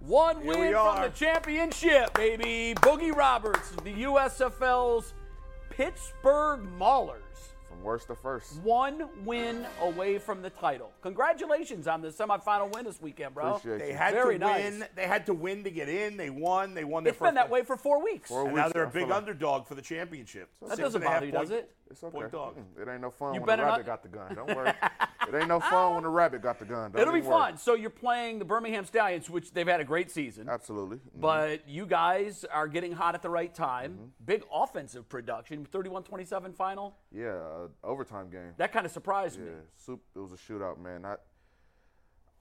One Here we win from are. the championship, baby. Boogie Roberts, the USFL's Pittsburgh Maulers. From worst to first. One win away from the title. Congratulations on the semifinal win this weekend, bro. Appreciate They you. had Very to win. nice. They had to win to get in. They won. They won their It's first. been that way for four weeks. Four And now weeks, they're a I big feel like- underdog for the championship. That Six doesn't and a half bother you, does point- it? It's okay. Point dog. Mm, It ain't no fun You when better the rabbit not- got the gun. Don't worry. it ain't no fun when the rabbit got the gun. Don't It'll be even worry. fun. So you're playing the Birmingham Stallions, which they've had a great season. Absolutely. Mm. But you guys are getting hot at the right time. Mm-hmm. Big offensive production, 31-27 final. yeah, uh, overtime game. That kind of surprised me. Yeah, soup. It was a shootout, man. I,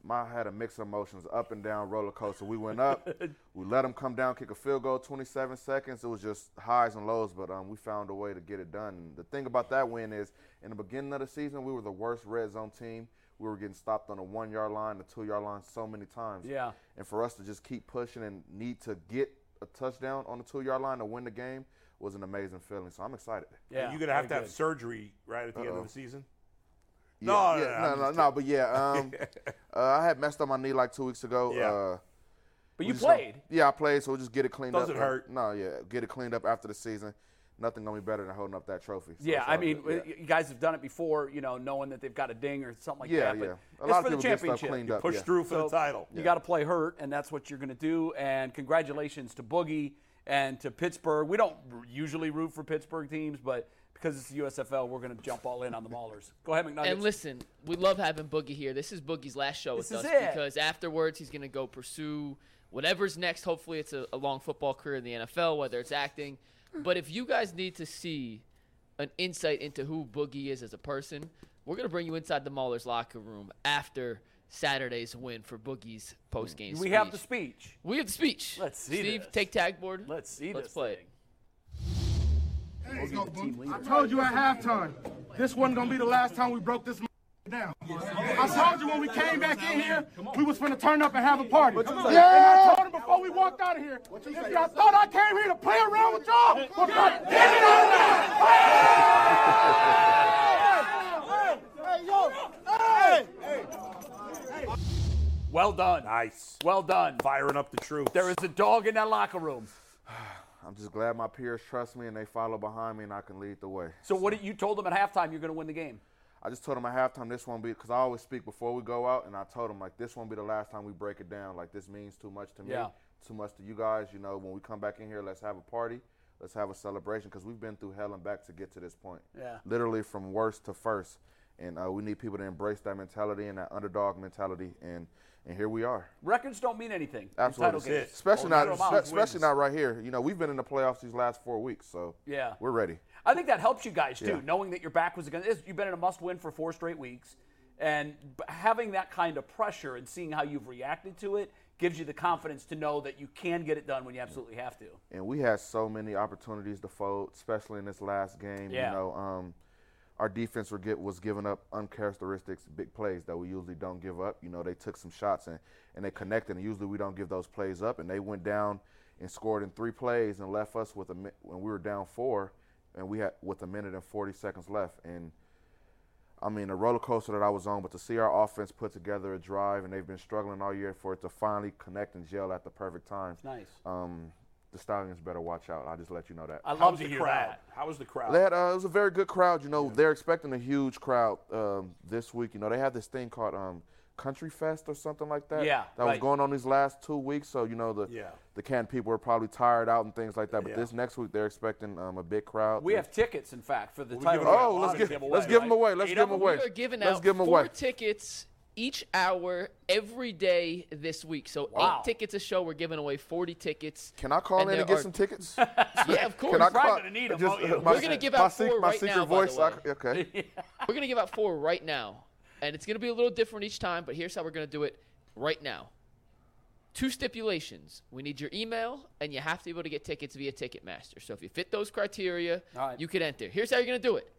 my had a mix of emotions, up and down roller coaster. We went up, we let them come down, kick a field goal, 27 seconds. It was just highs and lows, but um, we found a way to get it done. And the thing about that win is, in the beginning of the season, we were the worst red zone team. We were getting stopped on the one yard line, the two yard line, so many times. Yeah. And for us to just keep pushing and need to get a touchdown on the two yard line to win the game was an amazing feeling. So I'm excited. Yeah, You're gonna have very to have good. surgery right at the end of the season. Yeah, No, no, yeah, no, no, I'm no, just no, But yeah, um, uh, I had messed up my knee like two weeks ago. Yeah. Uh, we But you just gonna- played. yeah, I played. So we'll just get it cleaned up. Doesn't uh, hurt. No, yeah, get it cleaned up after the season. Nothing gonna be better than holding up that trophy. So Yeah, it's I all mean, good, yeah. you guys have done it before, you know, knowing that they've got a ding or something like yeah, that. yeah. A but it's lot of for the people get stuff championship. cleaned you up. Push yeah. through for the title. got to play hurt, and that's what you're going to do. And congratulations to Boogie and to Pittsburgh. We don't r- usually root for Pittsburgh teams, but because it's the USFL, we're going to jump all in on the Maulers. Go ahead, McNuggets. And listen, we love having Boogie here. This is Boogie's last show with This is us it. because afterwards he's going to go pursue whatever's next. Hopefully, it's a, a long football career in the NFL, whether it's acting. But if you guys need to see an insight into who Boogie is as a person, we're going to bring you inside the Maulers locker room after Saturday's win for Boogie's post game. we have the speech. We have the speech. Let's see Steve, this. take tag board. Let's see Let's this play thing. it. I told you at halftime, this wasn't gonna be the last time we broke this m- down. I told you when we came back in here, we was finna turn up and have a party. Yeah! And I told him before we walked out of here, if y'all thought I came here to play around with y'all, well, God damn it, I'm not. Well done. Nice. Well done. Firing up the truth. There is a dog in that locker room. I'm just glad my peers trust me and they follow behind me and I can lead the way. So what did- you told them at halftime? You're going to win the game. I just told them at halftime this won't be because I always speak before we go out, and I told them like this won't be the last time we break it down. Like this means too much to me, Yeah. too much to you guys. You know, when we come back in here, let's have a party, let's have a celebration because we've been through hell and back to get to this point. Yeah. literally from worst to first, and uh, we need people to embrace that mentality and that underdog mentality, and and here we are. Records don't mean anything. in Absolutely, title games. especially Well, not no amount. especially not right here. You know, we've been in the playoffs these last four weeks, so Yeah. we're ready. I think that helps you guys too, Yeah. knowing that your back was against. it's- You've been in a must-win for four straight weeks, and b- having that kind of pressure and seeing how you've reacted to it gives you the confidence to know that you can get it done when you absolutely have to. and we had so many opportunities to fold, especially in this last game. Yeah. You know, um, our defense were get, was giving up uncharacteristics big plays that we usually don't give up. You know, they took some shots and, and they connected, and usually we don't give those plays up. And they went down and scored in three plays and left us with a mi- when we were down four, and we had with a minute and forty seconds left. And I mean, the roller coaster that I was on, but to see our offense put together a drive, and they've been struggling all year for it to finally connect and gel at the perfect time. Nice. Um, the Stallions better watch out. I just let you know that. I How love was to the hear crowd? that. How was the crowd? They had, uh, it was a very good crowd. You know, they're expecting a huge crowd um, this week. You know, they have this thing called um, Country Fest or something like that. Yeah, that was right. going on these last two weeks. So you know the Yeah. the Canton people are probably tired out and things like that. But Yeah. this next week they're expecting um, a big crowd. We They- have tickets, in fact, for the we title. give it round. a Oh, lot let's of give, giveaway, let's give right? them away. Let's Eight give of them them, away. We are giving let's out give them four away. tickets each hour every day this week. So Wow. eight tickets a show. We're giving away 40 tickets. Can I call And in and there get are- some tickets? Yeah, of course. Can I Right, call? but I need 'em, just, won't you? uh, my- We're gonna give out my sec- four my right secret now, by the voice. I way. c- okay. We're going to give out four right now. And it's going to be a little different each time, but here's how we're going to do it right now. Two stipulations. We need your email, and you have to be able to get tickets via Ticketmaster. So if you fit those criteria, All right. you can enter. Here's how you're going to do it.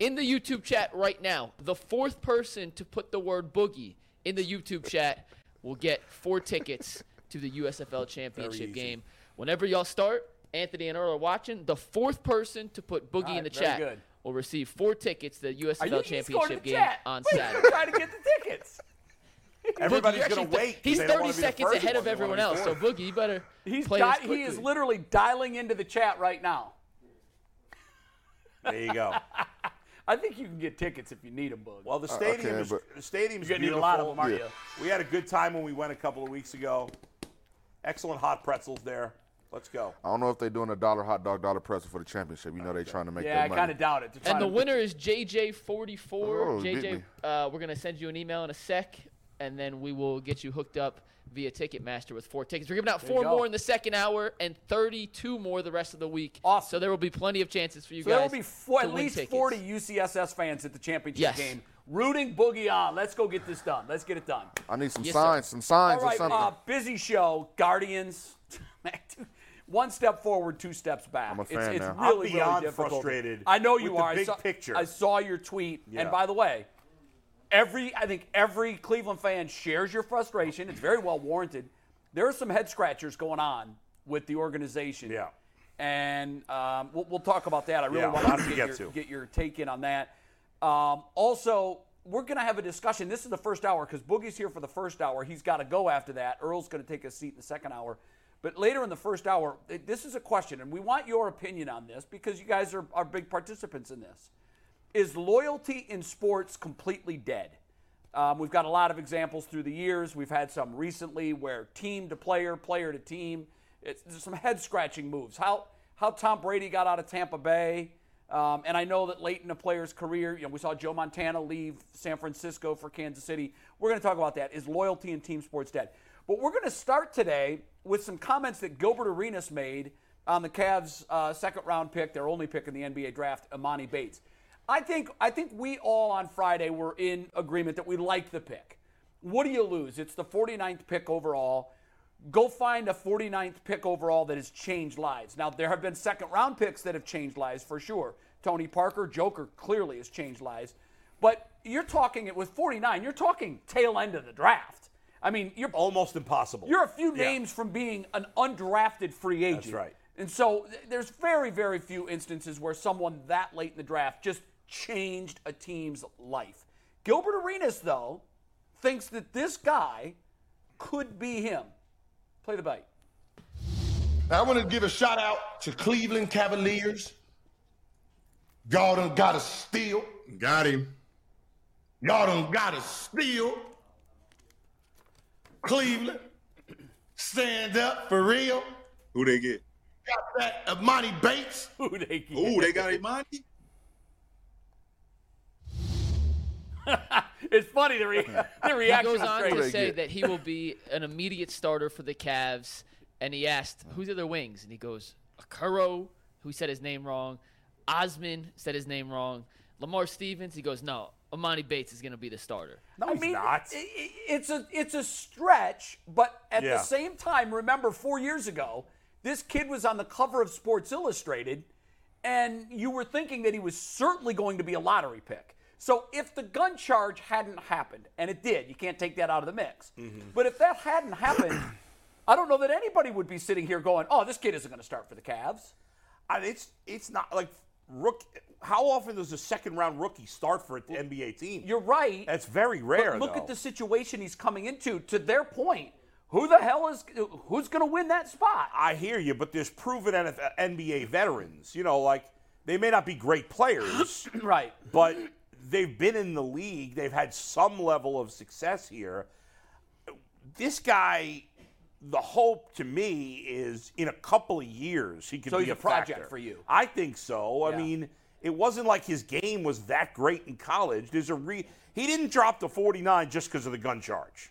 In the YouTube chat right now, the fourth person to put the word boogie in the YouTube chat will get four tickets to the USFL championship game. Whenever y'all start, Anthony and Earl are watching. The fourth person to put boogie All in the right, very chat good. will receive four tickets to the Are USFL you just going to championship the game chat? on Wait, Saturday. Trying to get the tickets. Everybody's Boogie, you're gonna actually- wait. 'cause He's they don't 30 wanna be the seconds first ahead one. of They wanna everyone be else. So fourth. Boogie, you better He's play di- this he is quickly. literally dialing into the chat right now. There you go. I think you can get tickets if you need them, Bug. Well, the stadium Uh, okay, is but- the stadium's You're gonna need a beautiful. lot of 'em, aren't Yeah. We had a good time when we went a couple of weeks ago. Excellent hot pretzels there. Let's go. I don't know if they're doing a dollar hot dog, dollar pretzel for the championship. You know they're trying to make yeah, I that money. kind of doubt it. They're trying And the to- winner is JJ44. Oh, beat JJ, me. uh, we're going to send you an email in a sec, and then we will get you hooked up via Ticketmaster with four tickets. We're giving out four you go. more in the second hour and 32 more the rest of the week. Awesome. So there will be plenty of chances for you So guys. there will be four, to at win least tickets. 40 UCSS fans at the championship Yes. game rooting Boogie on. Let's go get this done. Let's get it done. I need some Yes, sir. signs, some signs All right, or something. uh, busy show. Guardians. One step forward, two steps back. I'm a it's, fan it's now. I'm really, really beyond difficult. frustrated I know with you the are. I big saw, picture. I saw your tweet. And Yeah. by the way, every I think every Cleveland fan shares your frustration. It's very well warranted. There are some head scratchers going on with the organization. Yeah. And um, we'll, we'll talk about that. I really Yeah, want lots to to get, get your, to. get your take in on that. Um, also, we're going to have a discussion. This is the first hour because Boogie's here for the first hour. He's got to go after that. Earl's going to take a seat in the second hour. But later in the first hour, th- this is a question, and we want your opinion on this because you guys are, are big participants in this is loyalty in sports completely dead? Um, we've got a lot of examples through the years. We've had some recently where team to player, player to team. It's, there's some head scratching moves. How how Tom Brady got out of Tampa Bay, um, and I know that late in a player's career, you know, we saw Joe Montana leave San Francisco for Kansas City. We're going to talk about that. Is loyalty in team sports dead? But we're going to start today with some comments that Gilbert Arenas made on the Cavs' uh, second round pick, their only pick in the NBA draft, Amani Bates. I think I think we all on Friday were in agreement that we like the pick. What do you lose? It's the 49th pick overall. Go find a 49th pick overall that has changed lives. Now there have been second round picks that have changed lives for sure. Tony Parker, Joker clearly has changed lives. But you're talking it with 49, you're talking tail end of the draft. I mean, you're Almost impossible. you're a few Yeah. names from being an undrafted free agent. right. And so th- there's very, very few instances where someone that late in the draft just changed a team's life. Gilbert Arenas, though, thinks that this guy could be him. Play the bite. I want to give a shout out to Cleveland Cavaliers. Y'all done got a steal. Got him. Y'all done got a steal. Cleveland, stand up for real. Who they get? Got that Amani Bates. Who they get? Ooh, they got Imani? It's funny the, re- the He reaction. goes was on great. to say that he will be an immediate starter for the Cavs. And he asked, who's the other wings? And he goes, Akuro, who said his name wrong. Osman said his name wrong. Lamar Stevens, he goes, no, Amani Bates is going to be the starter. No, I he's mean, not. i- i- It's a it's a stretch, but at Yeah. the same time, remember four years ago, this kid was on the cover of Sports Illustrated, and you were thinking that he was certainly going to be a lottery pick. So if the gun charge hadn't happened, and it did, you can't take that out of the mix. Mm-hmm. But if that hadn't happened, I don't know that anybody would be sitting here going, "Oh, this kid isn't going to start for the Cavs." I mean, it's it's not like rook. How often does a second round rookie start for an NBA team? You're right. That's very rare. But look though. at the situation he's coming into. To their point, who the hell is who's going to win that spot? I hear you, but there's proven NFL, NBA veterans. You know, like they may not be great players, Right. but they've been in the league. They've had some level of success here. This guy, the hope to me is in a couple of years he could So be he's a project factor. for you. I think so. I Yeah. mean, it wasn't like his game was that great in college. There's a re- he didn't drop to 49 just because of the gun charge.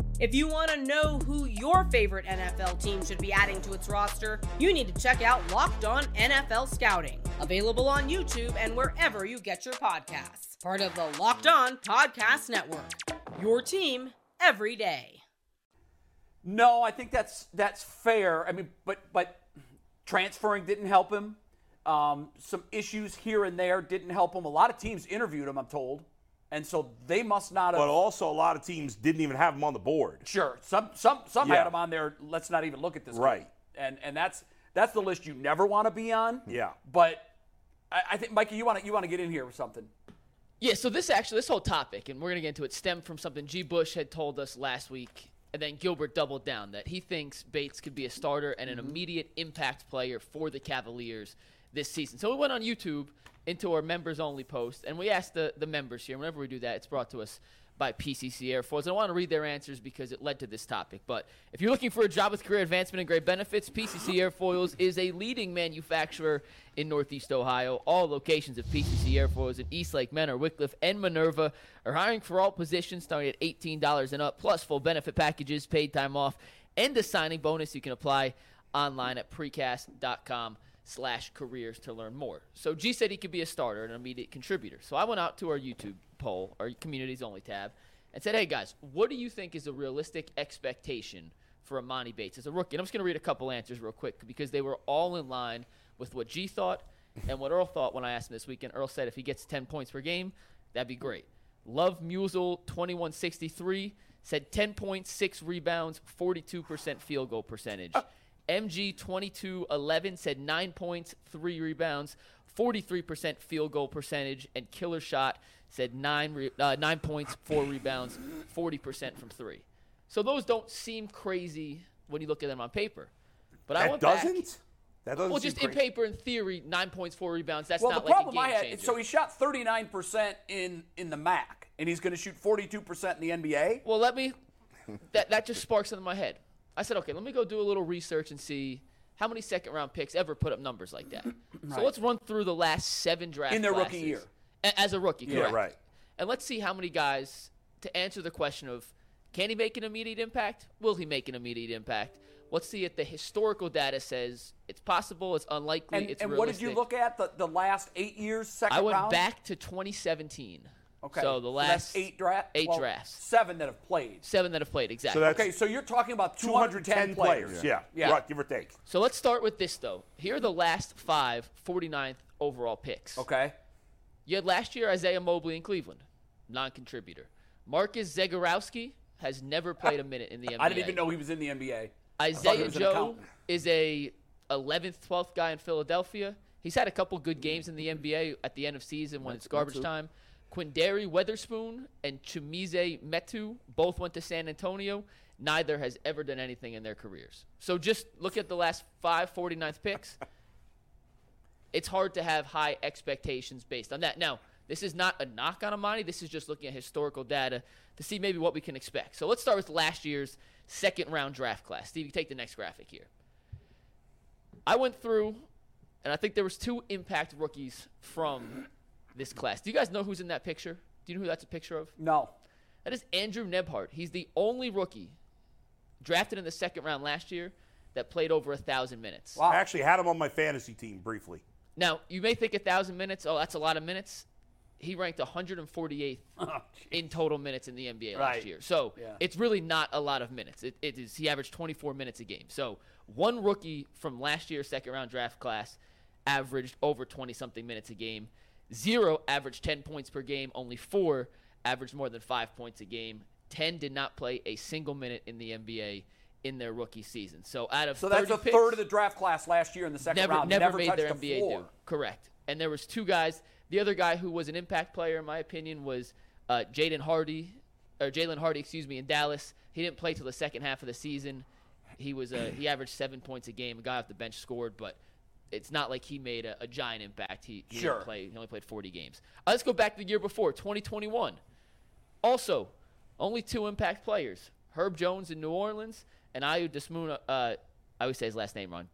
If you want to know who your favorite NFL team should be adding to its roster, you need to check out Locked On NFL Scouting, available on YouTube and wherever you get your podcasts. Part of the Locked On Podcast Network. Your team every day. No, I think that's that's fair. I mean, but but transferring didn't help him. Um, some issues here and there didn't help him. A lot of teams interviewed him, I'm told, and so they must not have. But also, a lot of teams didn't even have him on the board. sure, some some some Yeah. had him on there. Let's not even look at this. guy." Right. and and that's that's the list you never want to be on. Yeah. but I, I think Mikey, you want to you want to get in here with something. Yeah, so this actually, this whole topic, and we're going to get into it, stemmed from something G. Bush had told us last week, and then Gilbert doubled down that he thinks Bates could be a starter and an immediate impact player for the Cavaliers this season. So we went on YouTube into our members only post, and we asked the, the members here, whenever we do that, it's brought to us by PCC Air Force. And I want to read their answers because it led to this topic. But if you're looking for a job with career advancement and great benefits, PCC Airfoils is a leading manufacturer in Northeast Ohio. All locations of PCC Airfoils in Eastlake, Menor, Wickliffe, and Minerva are hiring for all positions starting at $18 and up, plus full benefit packages, paid time off, and a signing bonus. You can apply online at precast.com slash careers to learn more. So G said he could be a starter and an immediate contributor. So I went out to our YouTube poll, our communities only tab, and said, hey guys, what do you think is a realistic expectation for Amani Bates as a rookie? And I'm just going to read a couple answers real quick because they were all in line with what G thought and what Earl thought when I asked him this weekend. Earl said if he gets 10 points per game, that'd be great. Love Musel 2163 said 10.6 rebounds, 42% field goal percentage. Ah. MG2211 said 9 points, 3 rebounds, 43% field goal percentage, and Killer Shot said 9, re- uh, 9 points, 4 rebounds, 40% from 3. So those don't seem crazy when you look at them on paper. But I That went doesn't. Back, That doesn't. well, seem just in crazy. paper, in theory, 9 points, 4 rebounds, that's Well, not the like problem a game I had changer. so he shot 39 percent in in the MAC, and he's going to shoot 42 percent in the NBA. Well, let me. That that just sparks something in my head. I said, okay, let me go do a little research and see how many second round picks ever put up numbers like that. So let's run through the last seven drafts In their rookie year. as a rookie. Correct. right. And let's see how many guys to answer the question of can he make an immediate impact? Will he make an immediate impact? Let's see if the historical data says it's possible, it's unlikely, And, it's and what realistic. did you look at the, the last eight years? Second I went round? back to 2017. Okay. So the that's last eight draft, eight well, drafts, seven that have played. seven that have played exactly. that's- Okay, so you're talking about 210 players. Yeah. Yeah. Right, give or take. So let's start with this, though. Here are the last five 49th overall picks. Okay. You had last year Isaiah Mobley in Cleveland, non contributor. Marcus Zagorowski has never played a minute in the NBA. I didn't even know he was in the NBA. thought he Isaiah was an Joe accountant. is a 11th, 12th guy in Philadelphia. He's had a couple good games in the NBA at the end of season when it's garbage time. Quindary Weatherspoon and Chumize Metu both went to San Antonio. Neither has ever done anything in their careers. So just look at the last five 49th picks. it's hard to have high expectations based on that. Now, this is not a knock on Amani. This is just looking at historical data to see maybe what we can expect. So let's start with last year's second round draft class. Steve, you take the next graphic here. I went through, and I think there was two impact rookies from this class. Do you guys know who's in that picture? Do you know who that's a picture of? No. That is Andrew Nebhart. He's the only rookie drafted in the second round last year that played over a thousand minutes. Wow. I actually had him on my fantasy team briefly. Now, you may think a 1,000 minutes, oh, that's a lot of minutes. He ranked 148th in total minutes in the NBA Oh, Right. last year. So Yeah. it's really not a lot of minutes. It, it is He averaged 24 minutes a game. So one rookie from last year's second round draft class averaged over 20 something minutes a game. Zero averaged 10 points per game. Only four averaged more than five points a game. 10 did not play a single minute in the NBA in their rookie season. So out of So that's 30 a picks, third of the draft class last year in the second never, round. never, made touched their the NBA floor. do. Correct. And there was two guys. The other guy who was an impact player, in my opinion, was uh, Jaden Hardy, or Jalen Hardy, excuse me, in Dallas. He didn't play till the second half of the season. He was uh, he averaged seven points a game. A guy off the bench scored, but it's not like he made a, a giant impact. He, he Sure. didn't play. He only played 40 games. Uh, let's go back to the year before, 2021. Also, only two impact players: Herb Jones in New Orleans and Ayu Desmuno. Uh, I always say his last name wrong.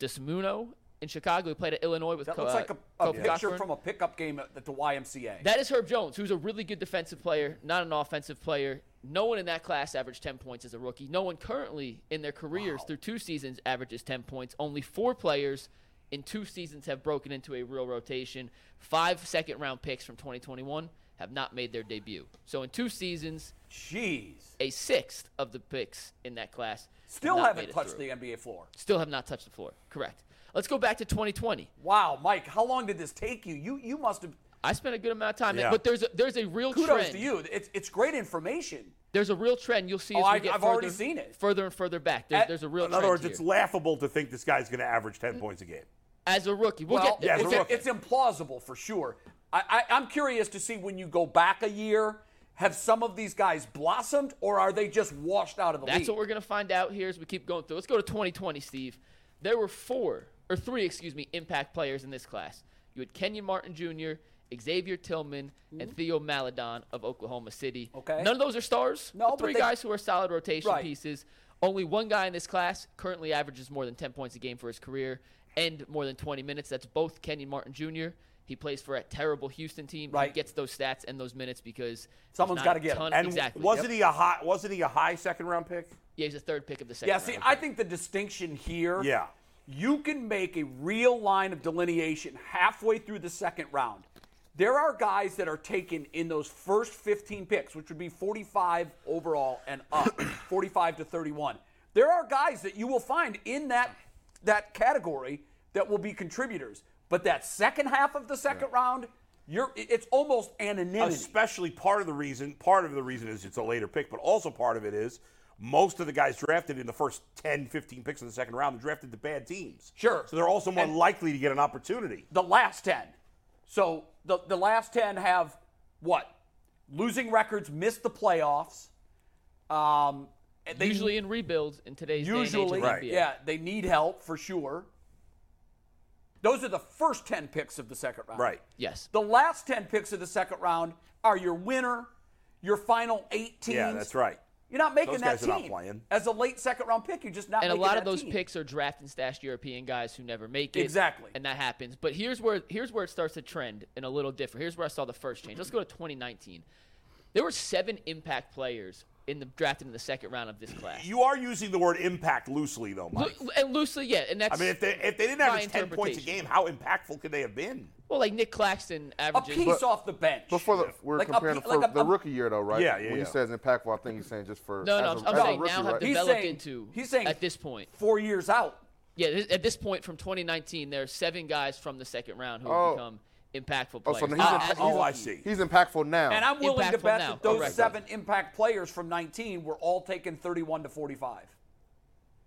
Desmuno in Chicago. He played at Illinois with. That Co- looks uh, like a, a Kofi picture Cockburn. from a pickup game at the YMCA. That is Herb Jones, who's a really good defensive player, not an offensive player. No one in that class averaged 10 points as a rookie. No one currently in their careers through two seasons averages 10 points. Only four players in two seasons have broken into a real rotation. Five second round picks from 2021 have not made their debut. So in two seasons, Jeez. a sixth of the picks in that class have Still not made haven't it touched through. the NBA floor. Still have not touched the floor. Correct. Let's go back to 2020. Wow, Mike, how long did this take you? You you must have I spent a good amount of time, Yeah. but there's a, there's a real kudos trend. to you. It's it's great information. There's a real trend you'll see. Oh, as we I- get I've further, already seen it. Further and further back, there's, At- there's a real. In trend other words, here. it's laughable to think this guy's going to average Mm. 10 points a game. as a rookie. We'll well, get there. as We'll it's, a get rookie. it's implausible for sure. I, I, I'm curious to see when you go back a year, have some of these guys blossomed or are they just washed out of the That's league? what we're going to find out here as we keep going through. Let's go to 2020, Steve. There were four, or three, excuse me, impact players in this class. You had Kenyon Martin Jr., Xavier Tillman, and Theo Maladon of Oklahoma City. Hmm? Okay. None of those are stars. No, but but three they- guys who are solid rotation Right. pieces. Only one guy in this class currently averages more than 10 points a game for his career and more than 20 minutes. That's both Kenyon Martin Jr. He plays for a terrible Houston team. Right. He gets those stats and those minutes because there's Someone's not gotta a get 'em. ton- And exactly. wasn't he a high? Wasn't he a high second round pick? Yeah, he's the third pick of the second yeah, see, round. I think the distinction here Yeah. you can make a real line of delineation halfway through the second round. There are guys that are taken in those first 15 picks, which would be 45 overall and up, 45 to 31. There are guys that you will find in that that category that will be contributors, but that second half of the second round, you're it- it's almost anonymity. Especially part of the reason, part of the reason is it's a later pick, but also part of it is most of the guys drafted in the first 10, 15 picks of the second round are drafted to bad teams. Sure. So they're also more And- likely to get an opportunity. the last 10. So the, the last 10 have what? Losing records, missed the playoffs. Um, and they usually in rebuilds in today's day usually and age of the NBA. yeah, they need help for sure. Those are the first 10 picks of the second round. Right. Yes. The last 10 picks of the second round are your winner, your final 18. Yeah, that's right. You're not making Those that guys are not team. playing. As a late second round pick, you're just not And a making lot of that those team. picks are draft and stashed European guys who never make it. Exactly. And that happens. But here's where here's where it starts to trend and a little different. Here's where I saw the first change. Let's go to 2019. There were seven impact players in the drafted in the second round of this class. You are using the word impact loosely, though, Mike. Lo- and loosely, yeah, and I that's mean, if they if they didn't my average 10 points a interpretation. game, how impactful could they have been? well, like Nick Claxton a averages piece off the bench. Before the, we're Like a comparing pe- the, fir- like a- the a- rookie year though, right? Yeah, yeah, When yeah. he says impactful, I think he's saying just for No, no, as I'm, a, I'm as a saying rookie, now have right? Oh, He's developed saying- into he's saying- at this point. four years out. Yeah, this, at this point from 2019, there are seven guys from the second round who Oh. have become impactful Oh, players. so now he's not impa- as a oh, I rookie. see. He's Oh. impactful now. And I'm willing to Impactful bet now. that those Correct. seven impact players from 19 were all taken 31 to 45.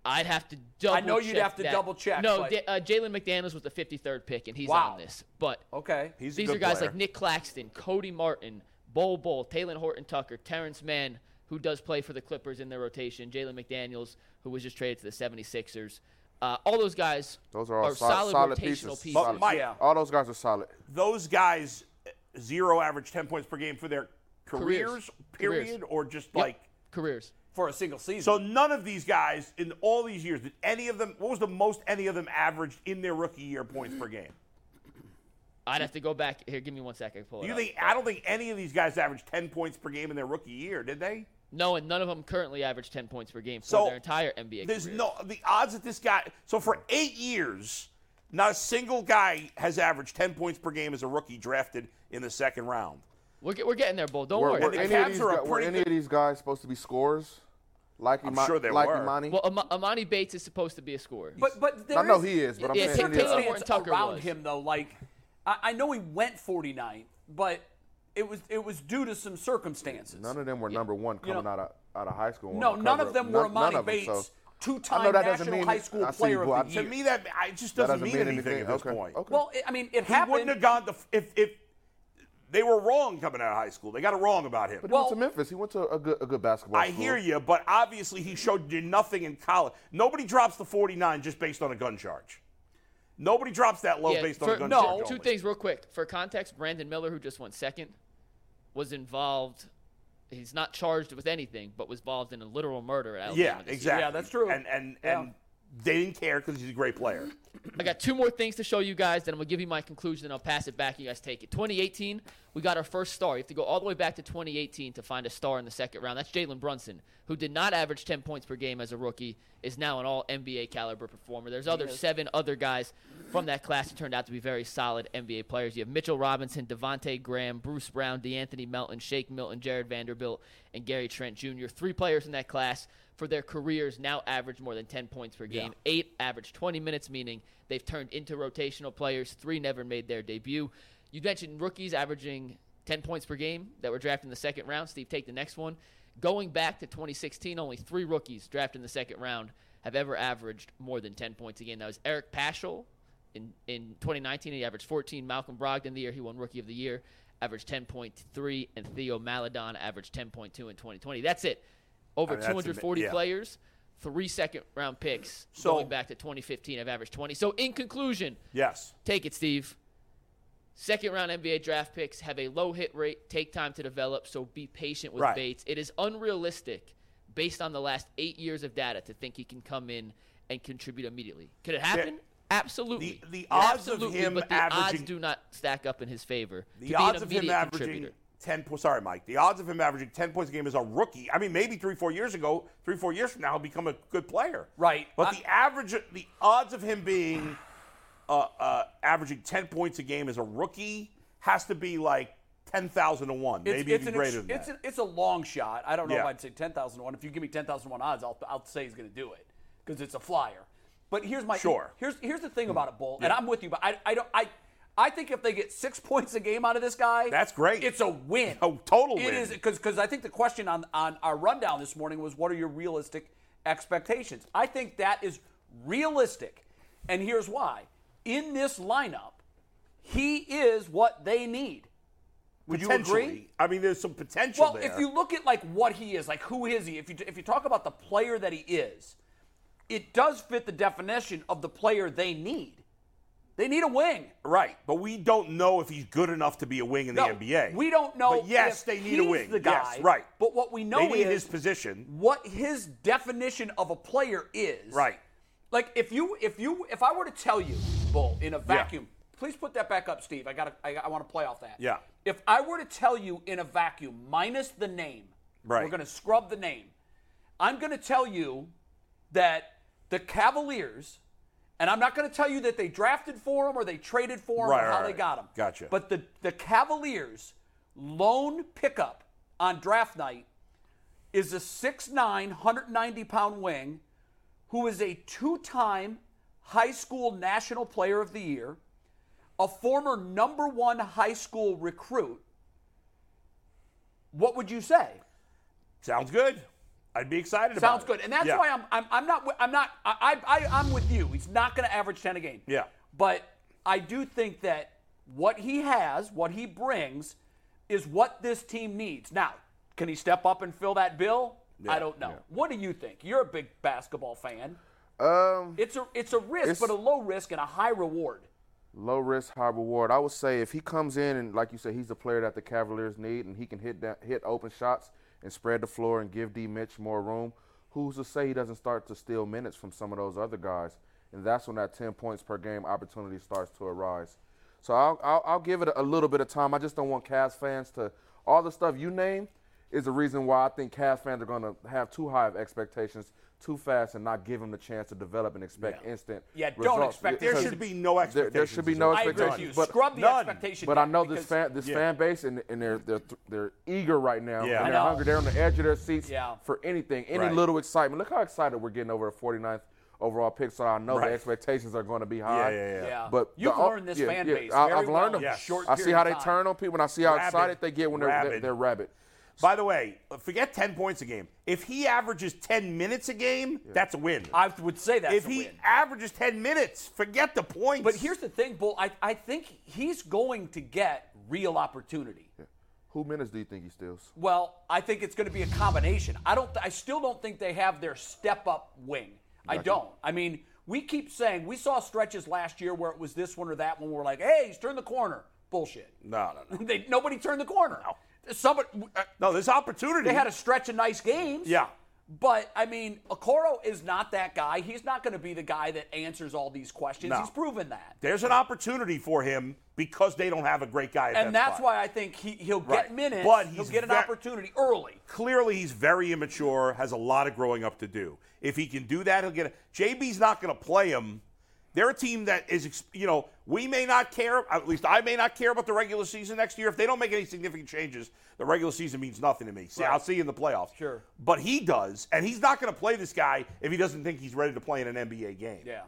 I'd have to double. know you'd check have to that. double check, No, but- Da- uh, Jalen McDaniels was the 53rd pick, and he's Wow. on this. But Okay. He's a these good are guys player. like Nick Claxton, Cody Martin, Bol Bol, Taylor Horton Tucker, Terrence Mann, who does play for the Clippers in their rotation, Jalen McDaniels, who was just traded to the 76ers. Uh, all those guys Those are all sol- solid, solid, rotational pieces. pieces. Solid. Mike- Yeah. All those guys are solid. Those guys eh, zero average 10 points per game for their careers, Careers. period, Careers. or just Yep. like careers. For a single season. So none of these guys in all these years did any of them. What was the most any of them averaged in their rookie year points per game? I'd have to go back here. Give me one second. Pull it Do you up. think? I don't think any of these guys averaged ten points per game in their rookie year, did they? No, and none of them currently average 10 points per game for So, their entire NBA There's career. no the odds that this guy. So for eight years, not a single guy has averaged ten points per game as a rookie drafted in the second round. We're, get- we're getting there, Bull. Don't Were, worry. were the any, Cavs of these, are a gu- were pretty any of good- these guys supposed to be scorers? Like I'm Ima- sure they like were. Imani? well, Ama- Amani Bates is supposed to be a scorer. but but there I know is- he is, but I'm there's saying circumstance Taylor Horton Tucker around was. him though. Like I, I know he went 49, but it was it was due to some circumstances. None of them were number one You know- coming out of out of high school. No, on the none cover of them were none- none Amani of them, Bates, so- I two-time know that doesn't National mean- High School I see you, Player but of the I- Year. To me, that I- it just That doesn't, mean, anything, Oh. at this Okay, point. okay. Well, I- I mean, it He happened. wouldn't have gone to if if they were wrong coming out of high school. They got it wrong about him. But he well- went to Memphis. He went to a good a good basketball. I hear school. you, but obviously he showed you nothing in college. Nobody drops the 49 just based on a gun charge. Nobody drops that low based on for- a gun no, charge. two only. things real quick. For context, Brandon Miller, who just won second, was involved. He's not charged with anything, but was involved in a literal murder at Alabama. Yeah, this year. exactly. Yeah, that's true. And and Yeah. and they didn't care because he's a great player. I got two more things to show you guys, then I'm gonna give you my conclusion, and I'll pass it back. You guys take it. 2018, we got our first star. You have to go all the way back to 2018 to find a star in the second round. That's Jalen Brunson, who did not average 10 points per game as a rookie, is now an All NBA caliber performer. There's other seven other guys from that class who turned out to be very solid NBA players. You have Mitchell Robinson, Devonte Graham, Bruce Brown, DeAnthony Melton, Shake Milton, Jared Vanderbilt, and Gary Trent Jr. Three players in that class for their careers now average more than 10 points per game. Eight average 20 minutes, meaning they've turned into rotational players. Three never made their debut. You mentioned rookies averaging 10 points per game that were drafted in the second round. Steve, take the next one. Going back to 2016, only three rookies drafted in the second round have ever averaged more than 10 points a game. That was Eric Paschal, in, in 2019, he averaged 14. Malcolm Brogdon, the year he won Rookie of the Year, averaged 10.3. And Theo Maladon averaged 10.2 in 2020. That's it. Over I mean, that's a mi- 240 yeah. players, three second round picks So- going back to 2015 have averaged 20. So, in conclusion, Yes. Take it, Steve. Second round NBA draft picks have a low hit rate, take time to develop, so be patient with Right. Bates. It is unrealistic, based on the last eight years of data, to think he can come in and contribute immediately. Could it happen? Absolutely. the- the odds of Absolutely, him but the averaging- odds do not stack up in his favor. to be The an odds of him immediate averaging contributor. 10 points, sorry, Mike, the odds of him averaging 10 points a game as a rookie, I mean, maybe three, four years ago, three, four years from now, he'll become a good player. Right. But I- the average, the odds of him being uh, uh, averaging 10 points a game as a rookie has to be like 10,000 to 1, It's, maybe it's even an ex- greater than it's that. An, it's a long shot. I don't know if Yeah. I'd say 10,000 to 1. If you give me 10,000 to 1 odds, I'll, I'll say he's going to do it because it's a flyer. But here's my Sure. Here's here's the thing about it, Bull, and I'm with you. But I, I don't I I think if they get six points a game out of this guy, That's great. It's a win. A Oh, total It win. is because because I think the question on on our rundown this morning was what are your realistic expectations? I think that is realistic, and here's why. In this lineup, he is what they need. Would you Potentially. agree? I mean, there's some potential Well, there. if you look at like what he is, like who is he? If you if you talk about the player that he is, it does fit the definition of the player they need. They need a wing. Right, but we don't know if he's good enough to be a wing in No, the NBA. We don't know. But yes, if they need he's a wing. The guy, yes, right. But what we know they need is his position. what his definition of a player is. Right. Like if you if you if I were to tell you, Bull, in a vacuum, please put that back up, Steve. I gotta I, I want to play off that. Yeah. If I were to tell you in a vacuum, minus the name, Right. We're gonna scrub the name. I'm gonna tell you that the Cavaliers, and I'm not gonna tell you that they drafted for him or they traded for him Right, or right, how they right. got him. Gotcha. But the the Cavaliers loan pickup on draft night is a 6'9", 190 pound wing who is a two time high school national player of the year, a former number one high school recruit. What would you say? Sounds good. I'd be excited about Sounds it. good, and that's Yeah. why I'm, I'm I'm not I'm not I, I I- I'm with you. He's not going to average ten a game. Yeah. but I do think that what he has, what he brings, is what this team needs. Now, can he step up and fill that bill? I don't know. What do you think? You're a big basketball fan. Um, It's a it's a risk, It's- but a low risk and a high reward. low risk, high reward. I would say if he comes in and like you said, he's a player that the Cavaliers need, and he can hit that, hit open shots and spread the floor and give D Mitch more room. Who's to say he doesn't start to steal minutes from some of those other guys? And that's when that 10 points per game opportunity starts to arise. So I'll, I'll, I'll give it a little bit of time. I just don't want Cavs fans to all the stuff you name is the reason why I think Cavs fans are going to have too high of expectations too fast and not give him the chance to develop and expect instant Yeah, don't results. expect- There Because- should be no there, expectations. there should be no I agree with expectations. you. But, Scrub the none. expectation. but I know because- this fan this Yeah. fan base and, and they're they're they're eager right now. Yeah. I and they're know. hungry. They're on the edge of their seats Yeah. for anything, any Right. little excitement. Look how excited we're getting over the 49th overall picks, so I know Right. the expectations are going to be high. yeah, yeah. Yeah. But You've the- learned this yeah, fan yeah, base I, very I've well learned them. in a short I see period how of they time. turn on people, and I see how Rabid. excited they get when they're they're, Rabid. they're rabid. By the way, forget 10 points a game. If he averages 10 minutes a game, that's a win. I would say that's if a he win. averages 10 minutes, forget the points. But here's the thing, Bull. I, I think he's going to get real opportunity. Who minutes do you think he steals? Well, I think it's going to be a combination. I don't. I still don't think they have their step up wing. I don't. I mean, we keep saying we saw stretches last year where it was this one or that one. We're like, hey, he's turned the corner. Bullshit. no, no, no. They, nobody turned the corner. Somebody. uh, No, there's opportunity. They had a stretch of nice games. Yeah. But I mean, Okoro is not that guy. He's not going to be the guy that answers all these questions. No. He's proven that. There's an opportunity for him because they don't have a great guy. At and that that's spot. why I think he, he'll get Right. minutes, But he'll he's get an ve- opportunity early. clearly he's very immature, has a lot of growing up to do. If he can do that, he'll get. A, JB's not going to play him. They're a team that is, ex- you know, we may not care. At least I may not care about the regular season next year. If they don't make any significant changes, the regular season means nothing to me. See, I'll see you in the playoffs. Sure. But he does, and he's not going to play this guy if he doesn't think he's ready to play in an NBA game. Yeah.